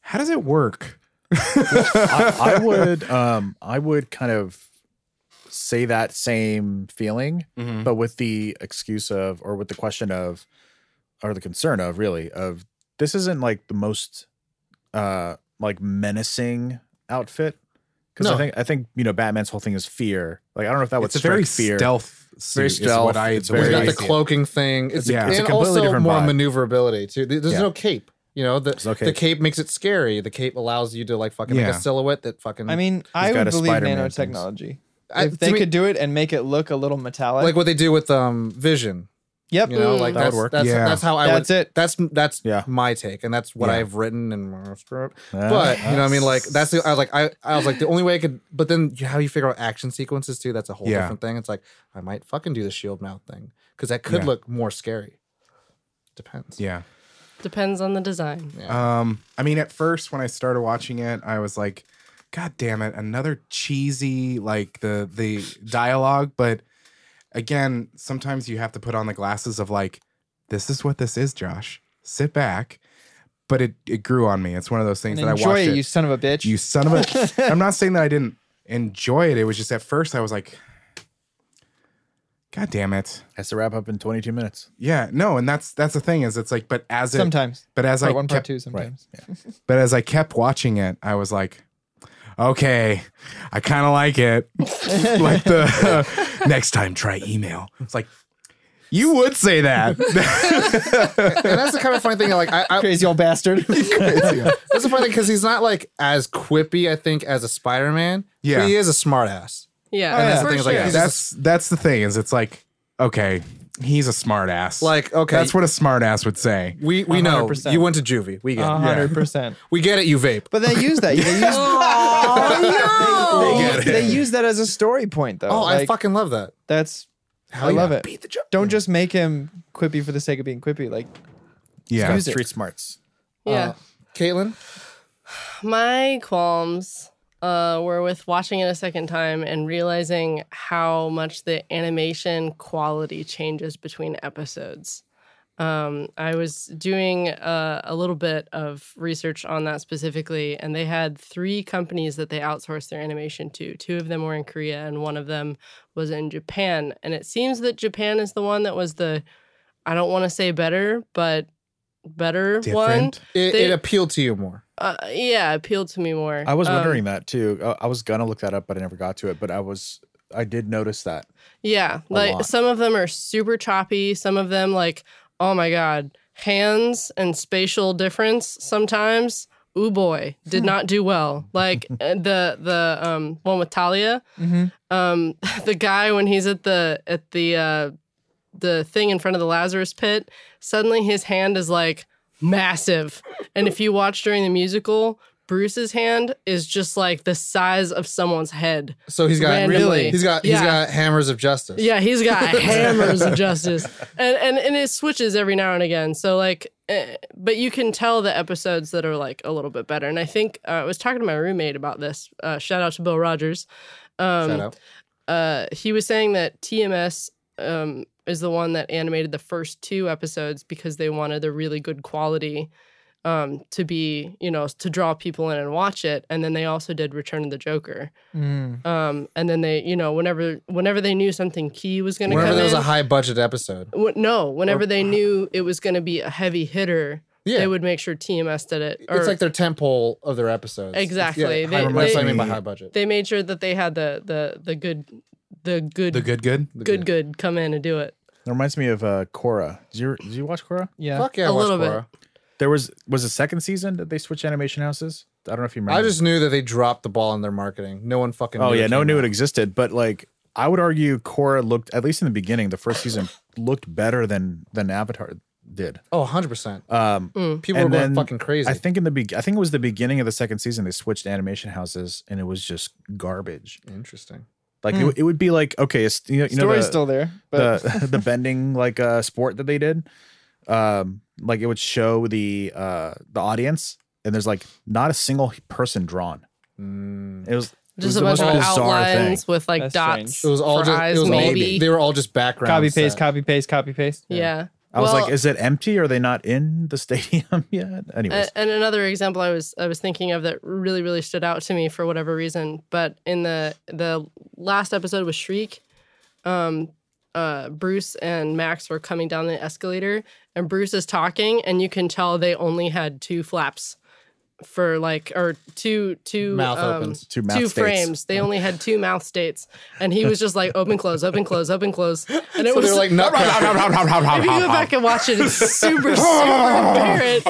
How does it work? I, I would um I would kind of say that same feeling, Mm-hmm. but with the excuse of or with the question of or the concern of really of this isn't like the most uh like menacing outfit. Because I No. think I think you know Batman's whole thing is fear. Like I don't know if that would it's a strike very fear. stealth. Suit Very Is stealth. what I, It's the way There's very- I not the see it. cloaking thing. It's, Yeah. It's a and completely also different more vibe. maneuverability too. There- There's Yeah. no cape. You know, the, the no cape. cape makes it scary. The cape allows you to like fucking make Yeah. a silhouette that fucking I mean, I got would a believe Spider-Man things. nanotechnology. I- if to they me- could do it and make it look a little metallic, like what they do with um Vision. Yep. You know, like That would that's, work. That's, Yeah. that's how I That's would, it. That's that's Yeah. my take, and that's what Yeah. I've written. And but you know, Yeah. what I mean, like that's the, I was like I, I was like the only way I could. But then you- how you figure out action sequences too? That's a whole Yeah. different thing. It's like I might fucking do the shield mouth thing because that could Yeah. look more scary. Depends. Yeah. Depends on the design. Um, I mean, at first when I started watching it, I was like, "God damn it, another cheesy like the the dialogue." But again, sometimes you have to put on the glasses of like, "This is what this is, Josh. Sit back." But it it grew on me. It's one of those things And that I Mm. enjoy watched. it, it. you son of a bitch. You son of a. I'm not saying that I didn't enjoy it. It was just at first I was like, God damn it. Has to wrap up in 22 minutes. Yeah, no, and that's that's the thing is it's like, but as it, sometimes. but as Part I one, part kept, two. Sometimes. but as I kept watching it, I was like, okay, I kind of like it. like the next time, try email. It's like. You would say that. and that's the kind of funny thing. Like I, I Crazy old bastard. that's the funny thing because he's not like as quippy, I think, as a Spider Man. Yeah. but he is a smart ass. Yeah. Oh, yeah. for Thing is, like, sure. he's just- that's that's the thing is it's like okay, he's a smartass. Like okay, that's what a smartass would say. we we know. 100%. You went to juvie. We get it. Uh-huh. hundred percent. we get it. You vape. But they use that. They use, they, Get it. they use that as a story point, though. Oh, I Like, fucking love that. That's I love it. Don't just make him quippy for the sake of being quippy. Like Yeah, Use it. Street smarts. yeah. Caitlin, My qualms uh, were with watching it a second time and realizing how much the animation quality changes between episodes. Um, I was doing uh, a little bit of research on that specifically, and they had three companies that they outsourced their animation to. Two of them were in Korea, and one of them was in Japan. And it seems that Japan is the one that was the, I don't want to say better, but better one. different. it, They- it appealed to you more. Uh, yeah, appealed to me more. I was Um, wondering that too. Uh, I, I was gonna look that up, but I never got to it. But I was, I did notice that. Yeah, a like lot. some of them are super choppy. Some of them, like, oh my god, hands and spatial difference sometimes. Ooh boy, did not do well. Like uh, the the um one with Talia, Mm-hmm. Mhm. um the guy when he's at the at the uh the thing in front of the Lazarus pit, suddenly his hand is like massive. And if you watch during the musical, Bruce's hand is just like the size of someone's head. So he's got Randomly. He's got he's Yeah. got hammers of justice. Yeah, he's got hammers of justice, and and and it switches every now and again. So like, eh, but you can tell the episodes that are like a little bit better. And I think uh, I was talking to my roommate about this. Uh, shout out to Bill Rogers. Um, Shout out. uh, he was saying that TMS um, is the one that animated the first two episodes because they wanted the really good quality um, to be, you know, to draw people in and watch it. And then they also did Return of the Joker. mm, Um, and then they, you know, whenever whenever they knew something key was going to Whenever come there was in, a high budget episode. wh- no, whenever they knew it was going to be a heavy hitter, Yeah. they would make sure TMS did it. it's like their temple of their episodes. It's- Exactly. Yeah, They- high, that's what I they- mean by high budget. they made sure that they had the the the good the good The good, good. good, good come in and do it. It reminds me of uh, Cora. Did you, did you watch Cora? yeah. Fuck yeah, A I watched little bit. Korra. There was was a second season that they switched animation houses. I don't know if you remember. I just knew that they dropped the ball in their marketing. No one fucking. oh knew yeah, no one came knew out. it existed. But like, I would argue Cora looked at least in the beginning, the first season looked better than than Avatar did. Oh, 100 percent. Um, People and were going then fucking crazy. I think in the be- I think it was the beginning of the second season they switched animation houses and it was just garbage. Interesting. Like it, it would be like okay, it's, you know, you know Hmm. Story's the- still there, but the the bending like uh sport that they did um like it would show the uh the audience and there's like not a single person drawn Hmm. Mm. it was it was Just a the bunch of most bizarre outlines thing with like That's dots. It was all for just. eyes, it was maybe. all. They were all just background. copy paste, set. copy paste, copy paste. yeah. i was Well, like is it empty are they not in the stadium yet anyways a- and another example I was I was thinking of that really really stood out to me for whatever reason, but in the the last episode with Shriek, um, uh, Bruce and Max were coming down the escalator, and Bruce is talking, and you can tell they only had two flaps for like or two two Mouth um, opens. Two mouth two states. frames. They only had two mouth states, and he was just like open close open close open close, and it So they was were like, If nutcracker. If you go back and watch it, it's super super apparent.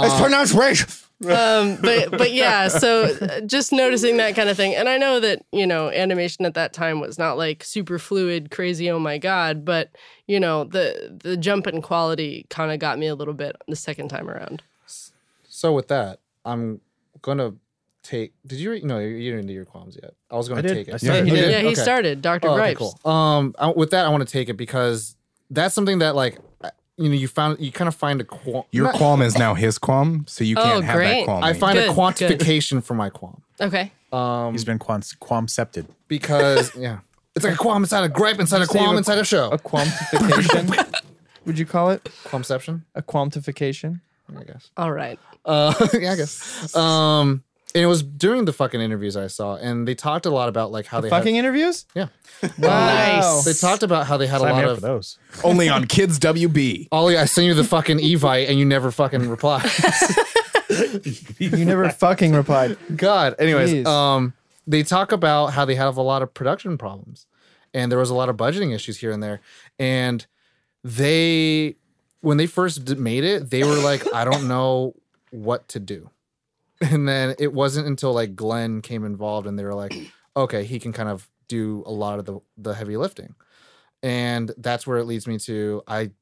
It's pronounced rage. um, but but yeah, so uh, just noticing that kind of thing, and I know that you know animation at that time was not like super fluid, crazy, oh my god, but you know the the jump in quality kind of got me a little bit the second time around. So with that, I'm gonna take. Did you re- no? You you didn't do your qualms yet. I was gonna I did. take it. I started. You Yeah, did? Yeah, he Okay. started Doctor Oh, okay, Gripes. cool. Um, I, with that, I want to take it because that's something that like I- you know you found you kind of find a qual- Your not- qualm is now his qualm, so you can't Oh, have great. that qualm. I anymore. find a Good, good. quantification for my qualm. Okay, Um, He's been quam quamcepted. because yeah, it's like a qualm inside a gripe inside a qualm a- inside a show. A quantification. would you call it Qualmception, a quantification? I guess. all right. Uh, yeah, I guess. Um, and it was during the fucking interviews I saw, and they talked a lot about like how they Fucking interviews? had, Wow. yeah. They talked about how they had a Sign lot me up for of. those. Only on Kids WB. Ollie, I send you the fucking Evite and you never fucking reply. You never fucking replied. God. Anyways, Jeez. um, they talk about how they have a lot of production problems, and there was a lot of budgeting issues here and there, and they, when they first d- made it, they were like, I don't know what to do, and then it wasn't until like Glenn came involved, and they were like, okay, he can kind of do a lot of the the heavy lifting, and that's where it leads me to I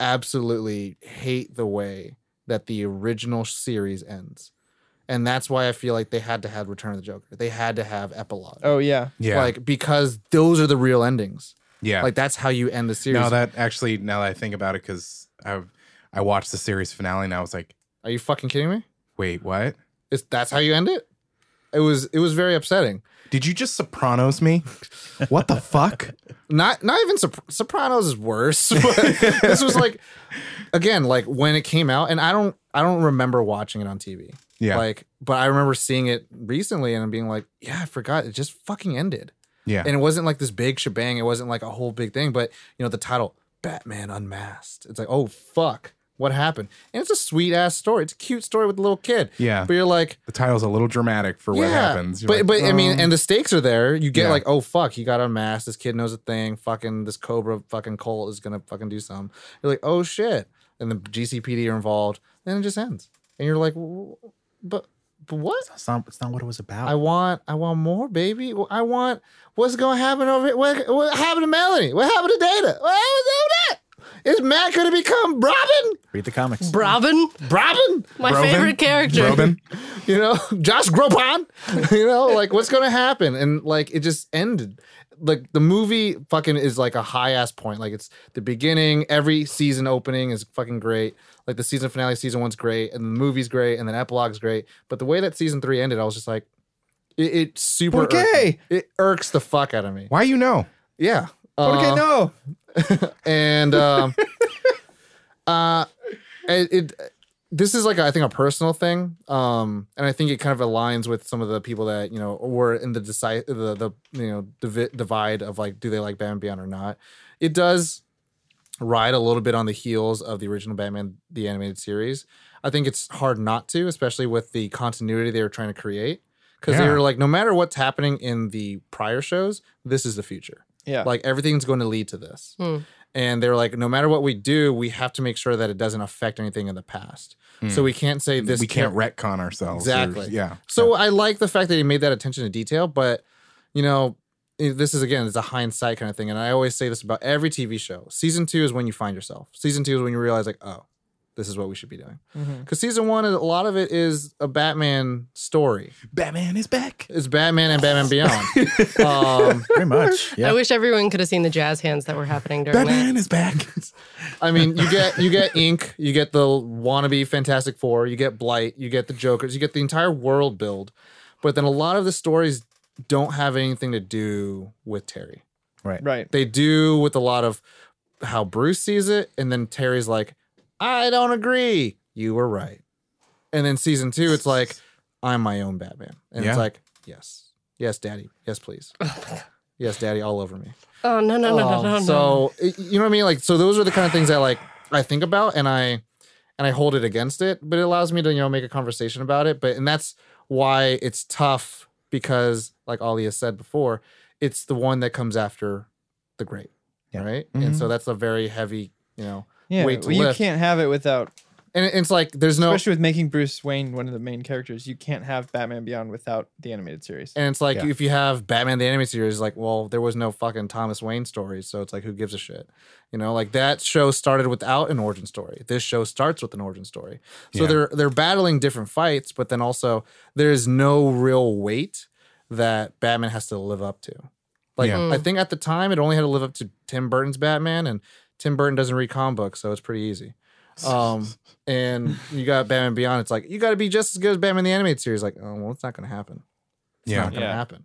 absolutely hate the way that the original series ends and that's why I feel like they had to have Return of the Joker. They had to have epilogue. Oh yeah. Yeah. like because those are the real endings. yeah. Like that's how you end the series. no, that actually, now that I think about it, because I I watched the series finale and I was like, are you fucking kidding me? wait, what? It's that's how you end it. It was it was very upsetting. Did you just Sopranos me? What the fuck? Not not even Sopr- Sopranos is worse. But this was like again like when it came out, and I don't I don't remember watching it on TV. Yeah. Like, but I remember seeing it recently and being like, yeah, I forgot. It just fucking ended. yeah. and it wasn't like this big shebang. It wasn't like a whole big thing, but you know the title Batman Unmasked. It's like, oh fuck, what happened? And it's a sweet ass story. It's a cute story with a little kid. Yeah. but you're like, the title's a little dramatic for what yeah. happens. You're but like, um, but I mean, and the stakes are there. You get Yeah. like, oh fuck, he got unmasked. This kid knows a thing. Fucking this Cobra fucking Colt is gonna fucking do something. You're like, oh shit, and the GCPD are involved. Then it just ends, and you're like, w- w- but but what? It's not, it's not what it was about. I want, I want more, baby. I want what's gonna happen over here. What, what happened to Melanie? What happened to Data? What happened to that? Is Matt gonna become Robin? Read the comics. Robin, Robin? my favorite character. "Uh, Robin, You know, Josh Groban? you know, like what's gonna happen? And like it just ended. Like the movie fucking is like a high ass point. Like it's the beginning, every season opening is fucking great. Like the season finale, season one's great, and the movie's great, and then epilogue's great. But the way that season three ended, I was just like, it, it super irked me. Okay. It irks the fuck out of me. why you know? Yeah. Okay, Uh, no. And um, uh, it, it this is like I think a personal thing, um, and I think it kind of aligns with some of the people that you know were in the decide the the you know divi- divide of like do they like Batman Beyond or not. It does ride a little bit on the heels of the original Batman the animated series. I think it's hard not to, especially with the continuity they were trying to create, because they Yeah. were like, no matter what's happening in the prior shows, this is the future. Yeah. Like everything's going to lead to this. Hmm. And they're like, no matter what we do, we have to make sure that it doesn't affect anything in the past. So we can't say this. we can't char- retcon ourselves. or- Exactly. yeah. So I like the fact that he made that attention to detail, but you know, i- this is again, it's a hindsight kind of thing. And I always say this about every TV show. Season two is when you find yourself. Season two is when you realize, like, oh, this is what we should be doing. Mhm. Because season one, a lot of it is a Batman story. Batman is back. It's Batman and Batman Beyond. um, Pretty much. I Yeah. wish everyone could have seen the jazz hands that were happening during that. Batman is back. I mean, you get you get Ink, you get the wannabe Fantastic Four, you get Blight, you get the Jokers, you get the entire world build, but then a lot of the stories don't have anything to do with Terry. Right. They do with a lot of how Bruce sees it, and then Terry's like, "I don't agree. You were right." And then season two, it's like, "I'm my own Batman," and Yeah. it's like, "Yes, yes, Daddy, yes, please, yes, Daddy, all over me." Oh no no no no Um, no, no. so y- you know what I mean? Like, so those are the kind of things that like I think about and I and I hold it against it, but it allows me to you know make a conversation about it. But and that's why it's tough because, like Ollie has said before, it's the one that comes after the great, Yeah. right? Mhm. And so that's a very heavy, you know, Yeah. Wait to well, you lift. can't have it without and it- it's like there's no Especially with making Bruce Wayne one of the main characters, you can't have Batman Beyond without the animated series. and it's like Yeah. if you have Batman the animated series, like well, there was no fucking Thomas Wayne stories, so it's like who gives a shit, you know? Like that show started without an origin story. This show starts with an origin story, so Yeah. they're they're battling different fights, but then also there is no real weight that Batman has to live up to. Like Yeah. I think at the time it only had to live up to Tim Burton's Batman, and Tim Burton doesn't read comic books, so it's pretty easy. Um, and you got Batman Beyond. It's like you got to be just as good as Batman the animated series. Like, oh well, it's not gonna happen. It's Yeah. not gonna Yeah. happen.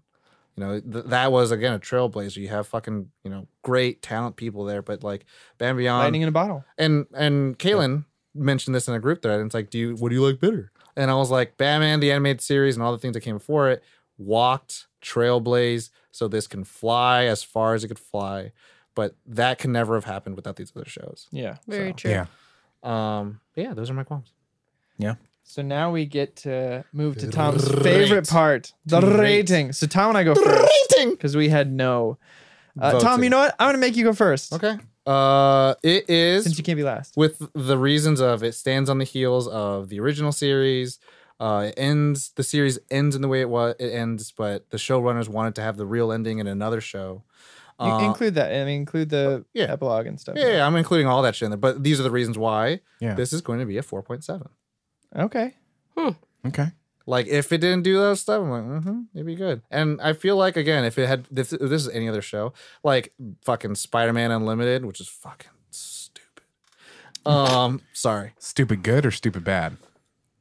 You know, th- that was again a trailblazer. You have fucking you know great talent people there, but like Batman Beyond Lightning in a bottle. and and Kaylin mentioned this in a group thread, and it's like, do you what do you like better? And I was like, Batman the animated series and all the things that came before it walked trailblaze, so this can fly as far as it could fly, but that can never have happened without these other shows. Yeah. Very so. true. Yeah. Um, but yeah, those are my qualms. So now we get to move to Tom's rate. favorite part, the rating. So Tom and I go first because we had no. Uh, Tom, Voting. you know what? I'm gonna make you go first. Okay. Uh, it is Since you can't be last. with the reasons of it stands on the heels of the original series. Uh, it ends the series ends in the way it was it ends, but the showrunners wanted to have the real ending in another show. You include that. I mean, include the uh, yeah. epilogue and stuff. Yeah, yeah, I'm including all that shit in there, but these are the reasons why Yeah. this is going to be a 4.7. Okay. Okay. Like, if it didn't do that stuff, I'm like, mm-hmm, it'd be good. And I feel like, again, if it had, if this is any other show, like fucking Spider Man Unlimited, which is fucking stupid. Um, sorry. Stupid good or stupid bad?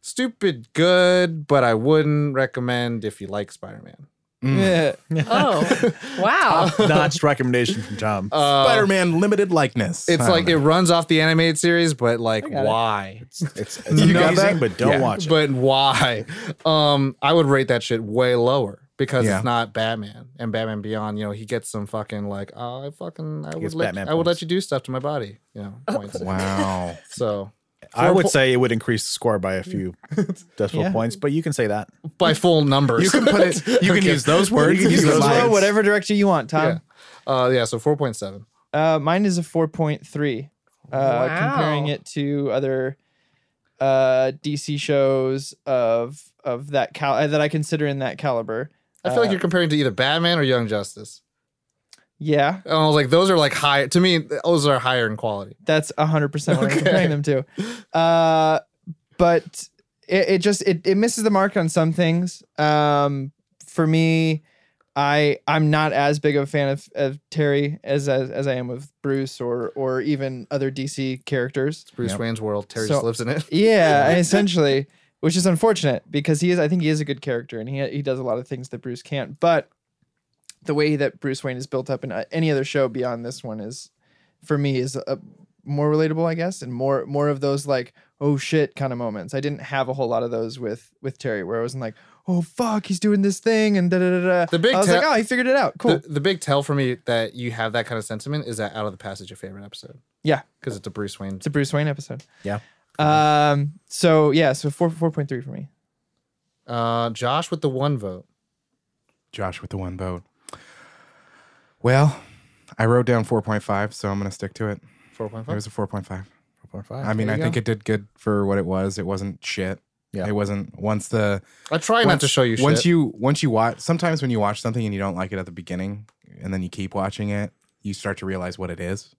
Stupid good, but I wouldn't recommend if you like Spider Man. Yeah. Oh, wow. Notched recommendation from Tom. Spider Man limited likeness. Uh, It's I don't like it know. runs off the animated series, but like, why? it's it's amazing, but don't Yeah. watch it. But why? Um, I would rate that shit way lower because Yeah. it's not Batman and Batman Beyond. You know, he gets some fucking like, oh, I fucking, I would gets let, Batman I would let points. you do stuff to my body. You know, points. Wow. So I would say it would increase the score by a few decimal Yeah. points, but you can say that. by full numbers, You can put it you can use those words. You can if use would those like. Well, whatever direction you want, Tom. uh, yeah. So four point seven. Uh, mine is a 4.3. Uh, Comparing Wow. it to other uh, DC shows of of that cal- uh, that I consider in that caliber. I feel like you're comparing to either Batman or Young Justice. Yeah, And I was like, those are like high to me. Those are higher in quality. that's 100% what Okay. I'm comparing them to. Uh, but it, it just it, it misses the mark on some things. Um, for me, I I'm not as big of a fan of, of Terry as, as as I am of Bruce or or even other DC characters. Bruce Yep. Wayne's world. Terry So- just lives in it. Yeah, essentially, which is unfortunate because he is. I think he is a good character, and he he does a lot of things that Bruce can't. But the way that Bruce Wayne is built up in uh, any other show beyond this one is, for me, is uh more relatable, I guess, and more more of those like oh shit kind of moments. I didn't have a whole lot of those with with Terry, where I wasn't like oh fuck, he's doing this thing and da da da da. The big I was ta- like oh, he figured it out. Cool. The, the big tell for me that you have that kind of sentiment is that Out of the Passage, your favorite episode, yeah, because it's a Bruce Wayne. it's a Bruce Wayne episode. Yeah. Um. So yeah. So four four point three for me. Uh, Josh with the one vote. Josh with the one vote. Well, I wrote down 4.5, so I'm going to stick to it. Four point It five. was a 4.5. 4.5. I mean, I think it did good for what it was. It wasn't shit. Yeah. It wasn't once the I try not to show you. once shit. you once you watch sometimes when you watch something and you don't like it at the beginning and then you keep watching it, you start to realize what it is.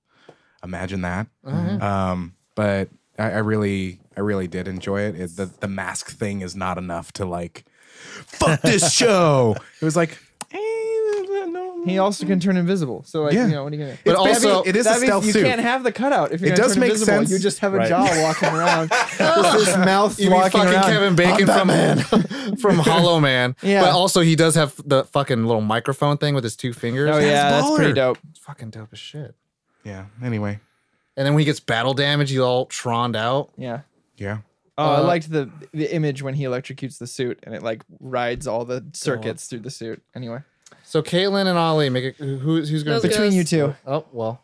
Imagine that. Um, but I, I really I really did enjoy it. it. The the mask thing is not enough to like fuck this show. It was like eh, no. He also can turn invisible. So like, Yeah. you know, what are you gonna? But It's also- basically- it is that a means stealth you suit. can't have the cutout if you're It gonna does turn make invisible. sense. You just have a Right. jaw walking around. There's this mouth you mean walking fucking around. Kevin Bacon from from Hollow Man? Yeah. But also he does have the fucking little microphone thing with his two fingers. Oh yeah, that's pretty baller. dope. it's fucking dope as shit. yeah. Anyway, And then when he gets battle damage, he's all troned out. Yeah. yeah. Oh, I liked the the image when he electrocutes the suit and it like rides all the circuits through the suit. Anyway, So Caitlin and Ollie make it. Who, who's going Those to? between you two, all Oh well,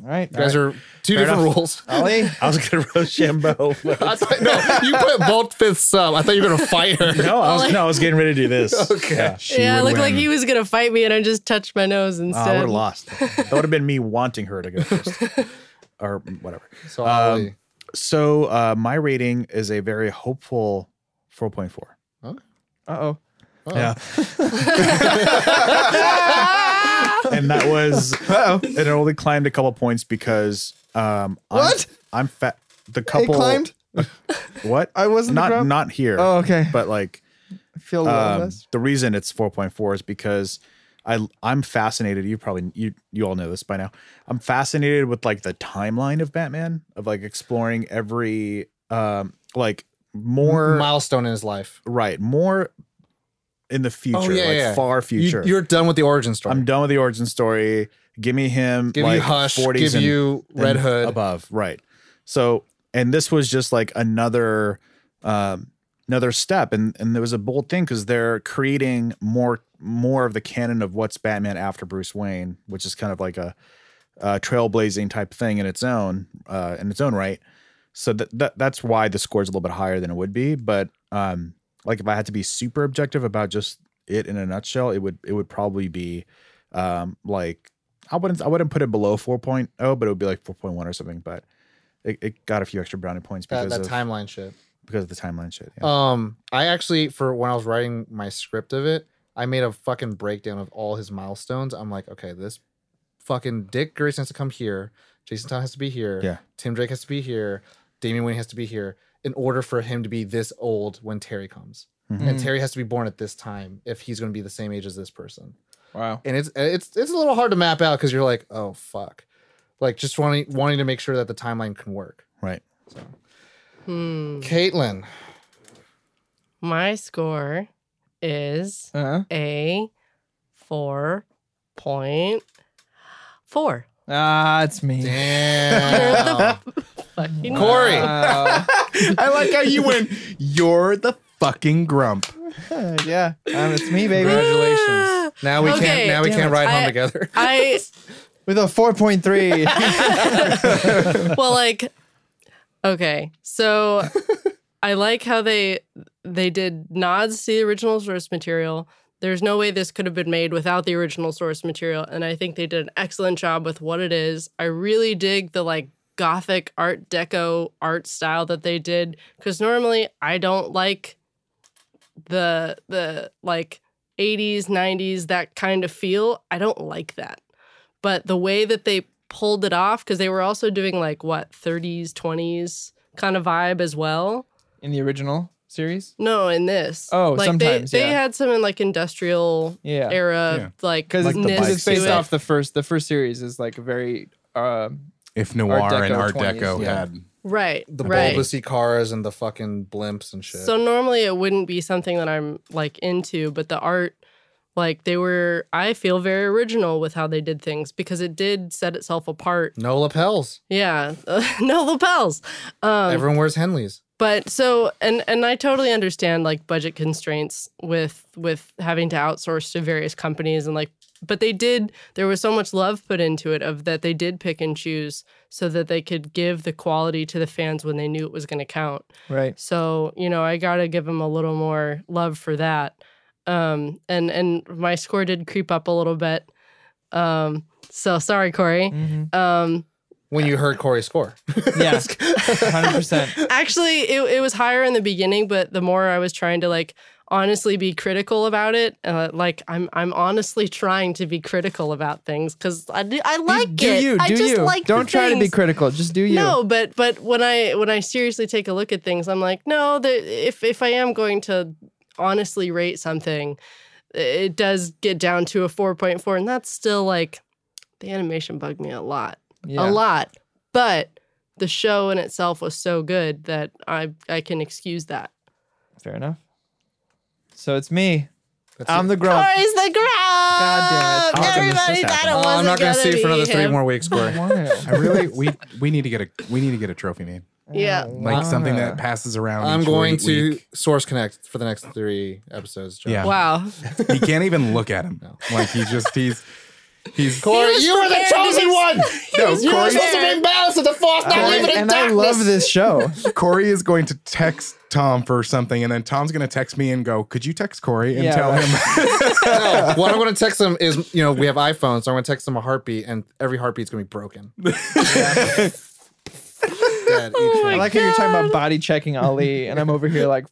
right, you guys are two different rules. Ollie. I was gonna Rochambeau. I thought, no, you put both fifth sub. I thought you were going to fight her. no, I was, no, I was getting ready to do this. okay, She yeah, it would looked like win. he was gonna fight me, and I just touched my nose I would instead. have lost. That would have been me wanting her to go first, or whatever. So Um, Ollie, So uh, my rating is a very hopeful 4.4. Uh oh. Yeah. Oh. and that was and it only climbed a couple points because um What? I'm, I'm fat the couple climbed? what? I wasn't the not grub? not here. Oh, okay. But like I feel a little um, less. the reason it's 4.4 is because I I'm fascinated. You probably you you all know this by now. I'm fascinated with like the timeline of Batman of like exploring every um like more milestone in his life. right more in the future Oh, yeah, like yeah. far future. You, are done with the origin story. I'm done with the origin story. Give me him. Give like, you Hush. 40s Give and- you Red and Hood. above, right? So, and this was just like another um, another step, and and there was a bold thing because they're creating more more of the canon of what's Batman after Bruce Wayne, which is kind of like a, uh trailblazing type thing in its own uh, in its own right. So that, that that's why the score's a little bit higher than it would be, but um, like if I had to be super objective about just it in a nutshell, it would it would probably be um like I wouldn't I wouldn't put it below 4.0, but it would be like 4.1 or something. But it, it got a few extra brownie points that because that of timeline shit. because of the timeline shit. Oh, Yeah. Um, I actually for when I was writing my script of it, I made a fucking breakdown of all his milestones. I'm like, okay, this fucking Dick Grayson has to come here, Jason Todd has to be here, Yeah. Tim Drake has to be here, Damian Wayne has to be here in order for him to be this old when Terry comes. Hmm. And Mm. Terry has to be born at this time if he's going to be the same age as this person. Wow. And it's it's it's a little hard to map out because you're like, oh fuck, like just wanting wanting to make sure that the timeline can work. right. Caitlin, Hmm. My score is Uh-huh. a 4.4. Ah, it's me. damn, Fucking Corey. Wow. I like how you went. You're the fucking grump. yeah, um, it's me, baby. Congratulations. Now we Okay, can't. Now we damn can't it. ride home I- together. Ah! I With a 4.3. well like okay so i like how they they did nods to the original source material there's no way this could have been made without the original source material and i think they did an excellent job with what it is i really dig the like gothic art deco art style that they did because normally i don't like the the like 80s 90s that kind of feel i don't like that but the way that they pulled it off because they were also doing like what 30s 20s kind of vibe as well In the original series? no in this Oh, like sometimes, they, they yeah. had some in like industrial Yeah. era Yeah. like Because Like the ness it's bikes to based it. off the first. The first series is like a very. Um, If noir Art Deco and Art 20s, Deco yeah. had right the right bulbous Icaras and the fucking blimps and shit. So normally it wouldn't be something that I'm like into, but the art, like they were, I feel very original with how they did things because it did set itself apart. no lapels. Yeah, no lapels. Um, Everyone wears Henleys. but so and and I totally understand like budget constraints with with having to outsource to various companies and like but they did there was so much love put into it of that they did pick and choose so that they could give the quality to the fans when they knew it was going to count. right. So, you know, I got to give him a little more love for that. Um, and and my score did creep up a little bit. Um, so sorry, Corey. Mm-hmm. Um, When you heard Corey score, Yeah. 100%. actually, it, it was higher in the beginning, but the more I was trying to like honestly be critical about it, uh, like I'm I'm honestly trying to be critical about things because I do, I like do it. you? I do just you? like the Don't try to be things. critical. Just do you. No, but but when I when I seriously take a look at things, I'm like, no, the, if if I am going to honestly rate something, it does get down to a 4.4, and that's still like the animation bugged me a lot, Yeah. a lot. But the show in itself was so good that I I can excuse that. Fair enough. So it's me. That's I'm it. the grump. Corey's the grub. God damn it. How can this Everybody happen? thought it Oh, wasn't I'm not gonna, gonna see you be for another three him. more weeks, Corey. Wow. I really we we need to get a we need to get a trophy made. Yeah. Like something Wow. that passes around. I'm each going week- to week. Source Connect for the next three episodes. John. Yeah. Wow. He can't even look at him. Like he just he's he's Corey, was you were the prepared to chosen be- one. No, you were Corey- supposed to bring balance to the force, not leave it in and I darkness. love this show. Corey is going to text Tom for something, and then Tom's going to text me and go, "Could you text Corey and Yeah, tell right. him?" No, what I'm going to text him is, you know, we have iPhones, so I'm going to text him a heartbeat, and every heartbeat's going to be broken. dead. Each I one. like how you're talking about body checking Ali, and I'm over here like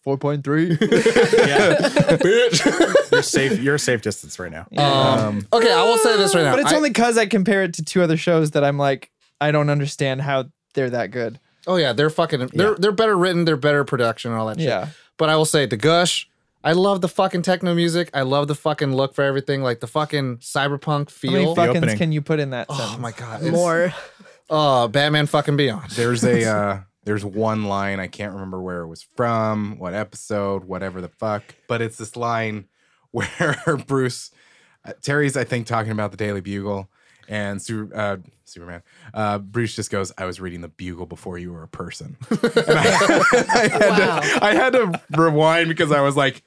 4.3. You're safe. You're safe distance right now. Um, okay, I will say this right now. but it's I- only because I compare it to two other shows that I'm like, I don't understand how they're that good. oh yeah, they're fucking. They're they're better written. They're better production and all that. Yeah. Shit. But I will say the gush. I love the fucking techno music. I love the fucking look for everything. Like the fucking cyberpunk How many feel. fuckings opening. can you put in that sentence? oh my god. it's- More. Oh, Batman fucking Beyond. There's a uh, there's one line I can't remember where it was from, what episode, whatever the fuck, but it's this line where Bruce uh, Terry's I think talking about the Daily Bugle and Su- uh, Superman. Uh, Bruce just goes, "I was reading the Bugle before you were a person." And I, I had to, I had to rewind because I was like,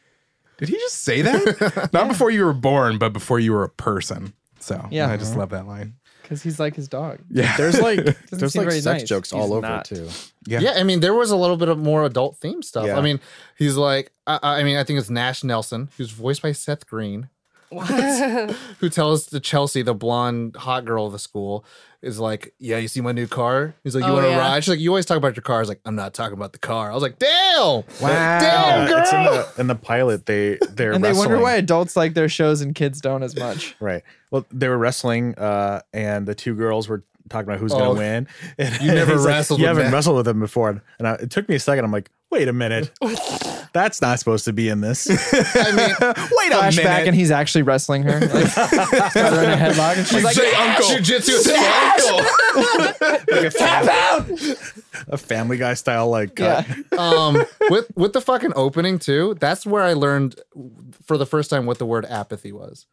"Did he just say that? Not before you were born, but before you were a person." So Yeah. yeah, I just love that line. Because he's like his dog. Yeah, There's like there's seem like very sex nice. jokes He's all over not. too. Yeah, I mean, there was a little bit of more adult theme stuff. Yeah. I mean, he's like, I, I mean, I think it's Nash Nelson, who's voiced by Seth Green, who tells the Chelsea, the blonde hot girl of the school, is like, yeah, you see my new car? He's like, you Oh, want to yeah. ride? She's like, you always talk about your car. I was like, I'm not talking about the car. I was like, damn, Wow. damn, Yeah, girl. it's in the in the pilot they they're and they wonder wrestling. why adults like their shows and kids don't as much. Right. Well, they were wrestling, uh, and the two girls were talking about who's Oh. going to win. And You never he's like, wrestled You with haven't that." wrestled with him before. And I, it took me a second. I'm like, wait a minute. That's not supposed to be in this. I mean, wait a Flashback, minute. and he's actually wrestling her. Like, he's got her in a headlock, and she's like, say uncle. Jiu-jitsu is my uncle. Like a fam- A Family Guy style like uh, yeah. cut. um with with the fucking opening too that's where i learned for the first time what the word apathy was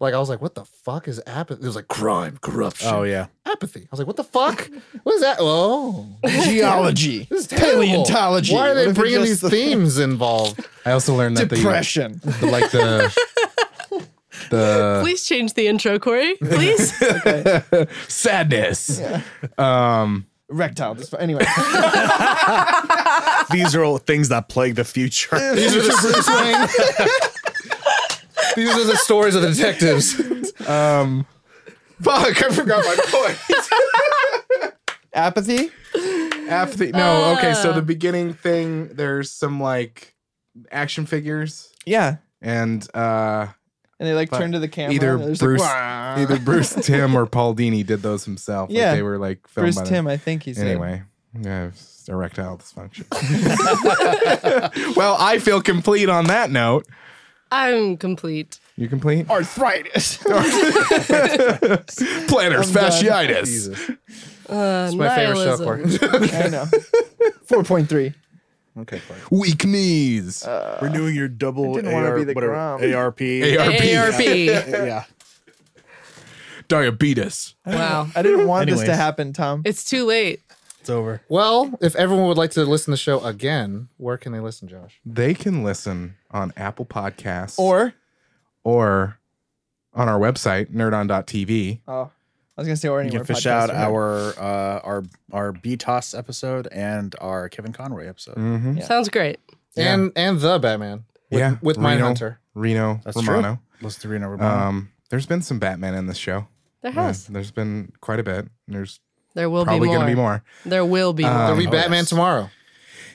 like i was like what the fuck is apathy it was like crime corruption Oh yeah. apathy i was like what the fuck what is that oh Geology, this is terrible. Paleontology. why are What they if it bringing just- these themes involved I also learned that the uh, depression. the like the the Please change the intro, Corey. Please. sadness. Um, Rectile. dysfunction. Anyway, These are all things that plague the future. these are the Bruce Wayne. these are the stories of the detectives um, fuck, I forgot my point. apathy. Apathy. No, okay. So the beginning thing, there's some like action figures, Yeah, and uh, and they like But turn to the camera. either and they're just Bruce, like, "Wah." either Bruce Tim or Paul Dini did those himself. Like, Yeah. they were like filmed Bruce by them. Tim, I think he's Anyway, yeah, it's erectile dysfunction. well, I feel complete on that note. I'm complete. You complete? arthritis. Plantar fasciitis. it's my favorite show nihilism. Corey. I know. Four point three. okay. Fine. Weak knees. Renewing your double didn't wanna AR, be the whatever, Grom. ARP. ARP. AARP. Yeah. Diabetes. Wow. I didn't want this to Anyways. happen, Tom. It's too late. It's over. well if everyone would like to listen to the show again where can they listen josh They can listen on Apple Podcasts or or on our website, nerdon.tv. oh, I was gonna say or You anywhere. can fish podcasts out are. our uh, our our BTOS episode and our Kevin Conroy episode. Mm-hmm. Yeah. Sounds great. and and the batman with, Yeah, with Reno. Mindhunter. Reno That's Romano. true. Listen to Reno Romano. Um, there's been some Batman in this show. There Yeah, has. there's been quite a bit. There's There will probably be more. going to be more. There will be more. There'll be Um, Batman tomorrow.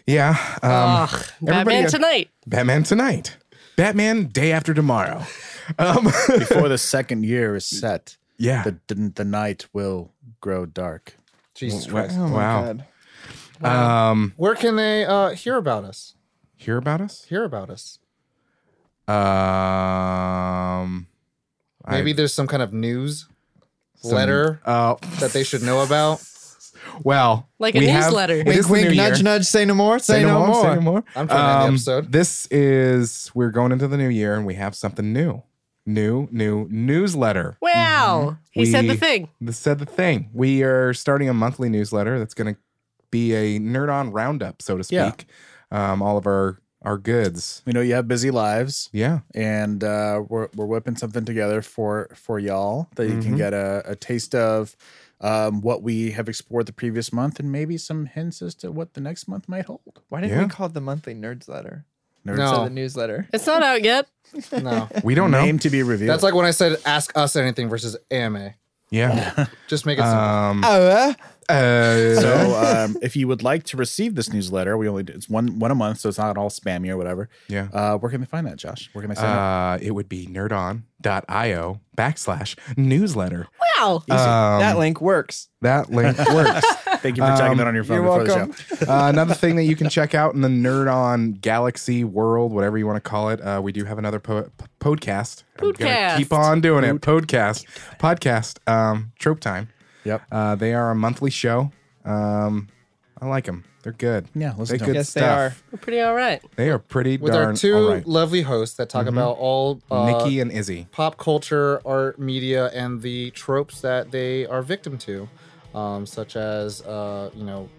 Yeah. Um, Ugh, Batman got- tonight. Batman tonight. Batman day after tomorrow. Um, Before the second year is set, yeah. the, the the night will grow dark. Jesus Wa- Christ. Oh my wow. god. Um, Where can they uh, hear about us? hear about us? Hear about us? Um, Maybe I- there's some kind of news some- letter Oh, that they should know about. well, Like a we have- newsletter. it Wink, is the Wink, new nudge, year. nudge. Say no more. Say, Say no, more. Say no more. Um, I'm trying to end the episode. This is we're going into the new year and we have something new, new, new newsletter. Wow. He said the We- thing. This said the thing. We are starting a monthly newsletter that's going to be a nerd on roundup, so to speak. Yeah. Um, all of our our goods. We know you have busy lives, Yeah. and uh, we're we're whipping something together for for y'all that you can get a, a taste of um, what we have explored the previous month, and maybe some hints as to what the next month might hold. Why didn't Yeah. we call it the monthly nerds letter? Nerds No. Or the newsletter. It's not out yet. No. We don't know. Name to be revealed. That's like when I said ask us anything versus AMA. Yeah. Just make it simple. Um, Oh, uh, Uh, So um, if you would like to receive this newsletter, we only do, it's one one a month, so it's not all spammy or whatever. Yeah. Uh, where can they find that, Josh? Where can they sign up? uh, it would be nerdon.io backslash newsletter. Um, Wow. that link works. That link works. Thank you for um, checking that on your phone you're before welcome. the show. uh, another thing that you can check out in the Nerd On Galaxy world, whatever you want to call it, uh, we do have another po- p- podcast. I'm gonna Podcast. Keep on doing it. Podcast. Podcast. Um, Trope Time. Yep. Uh, they are a monthly show. Um, I like them. They're good. Yeah, listen They're to good 'em. Yes, they stuff. We're pretty all right. They are. pretty With darn our two all right. lovely hosts that talk about all uh, Nikki and Izzy. pop culture, art, media, and the tropes that they are victim to, um, such as uh, you know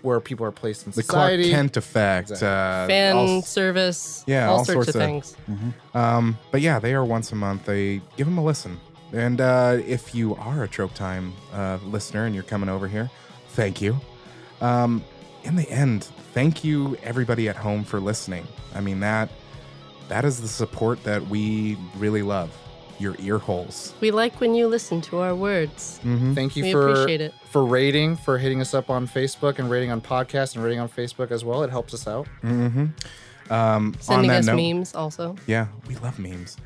where people are placed in The society. Clark Kent effect. Exactly. Uh, Fan all- service. yeah, All, all sorts, sorts of of- things. Um, but yeah, they are once a month. They give them a listen. And uh, if you are a Trope Time uh, listener and you're coming over here, thank you. Um, in the end, thank you everybody at home for listening. I mean that that is the support that we really love. Your ear holes. Mm-hmm, We like when you listen to our words. Thank you We for appreciate it. for rating, for hitting us up on Facebook and rating on podcasts and rating on Facebook as well. It helps us out. Um, on Sending that us note, memes also. Yeah, we love memes.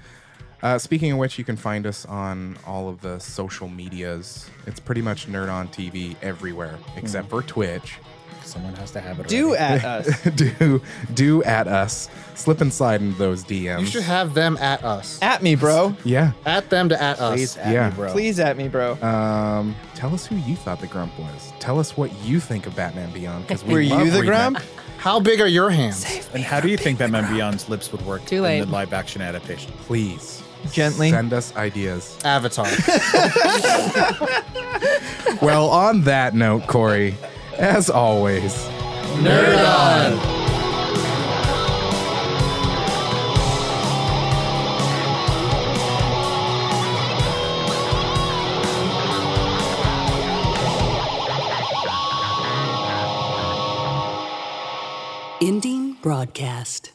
Uh, speaking of which, you can find us on all of the social medias. It's pretty much Nerd on TV everywhere except for Twitch. Mm. Someone has to have it. Do already. at us. do do at us. Slip and slide into those You DMs. should have them at us. at me, bro. yeah. At them to at Please us. at Yeah. me, bro. Please at me, bro. Um, tell us who you thought the Grump was. Tell us what you think of Batman Beyond. Because we Were you love the reading Grump? it. How big are your hands? And how do you think Batman Beyond's lips would work Too in late. the live action adaptation? Please Gently. send us ideas. Avatar. well, on that note, Corey, as always. Nerd on. Ending broadcast.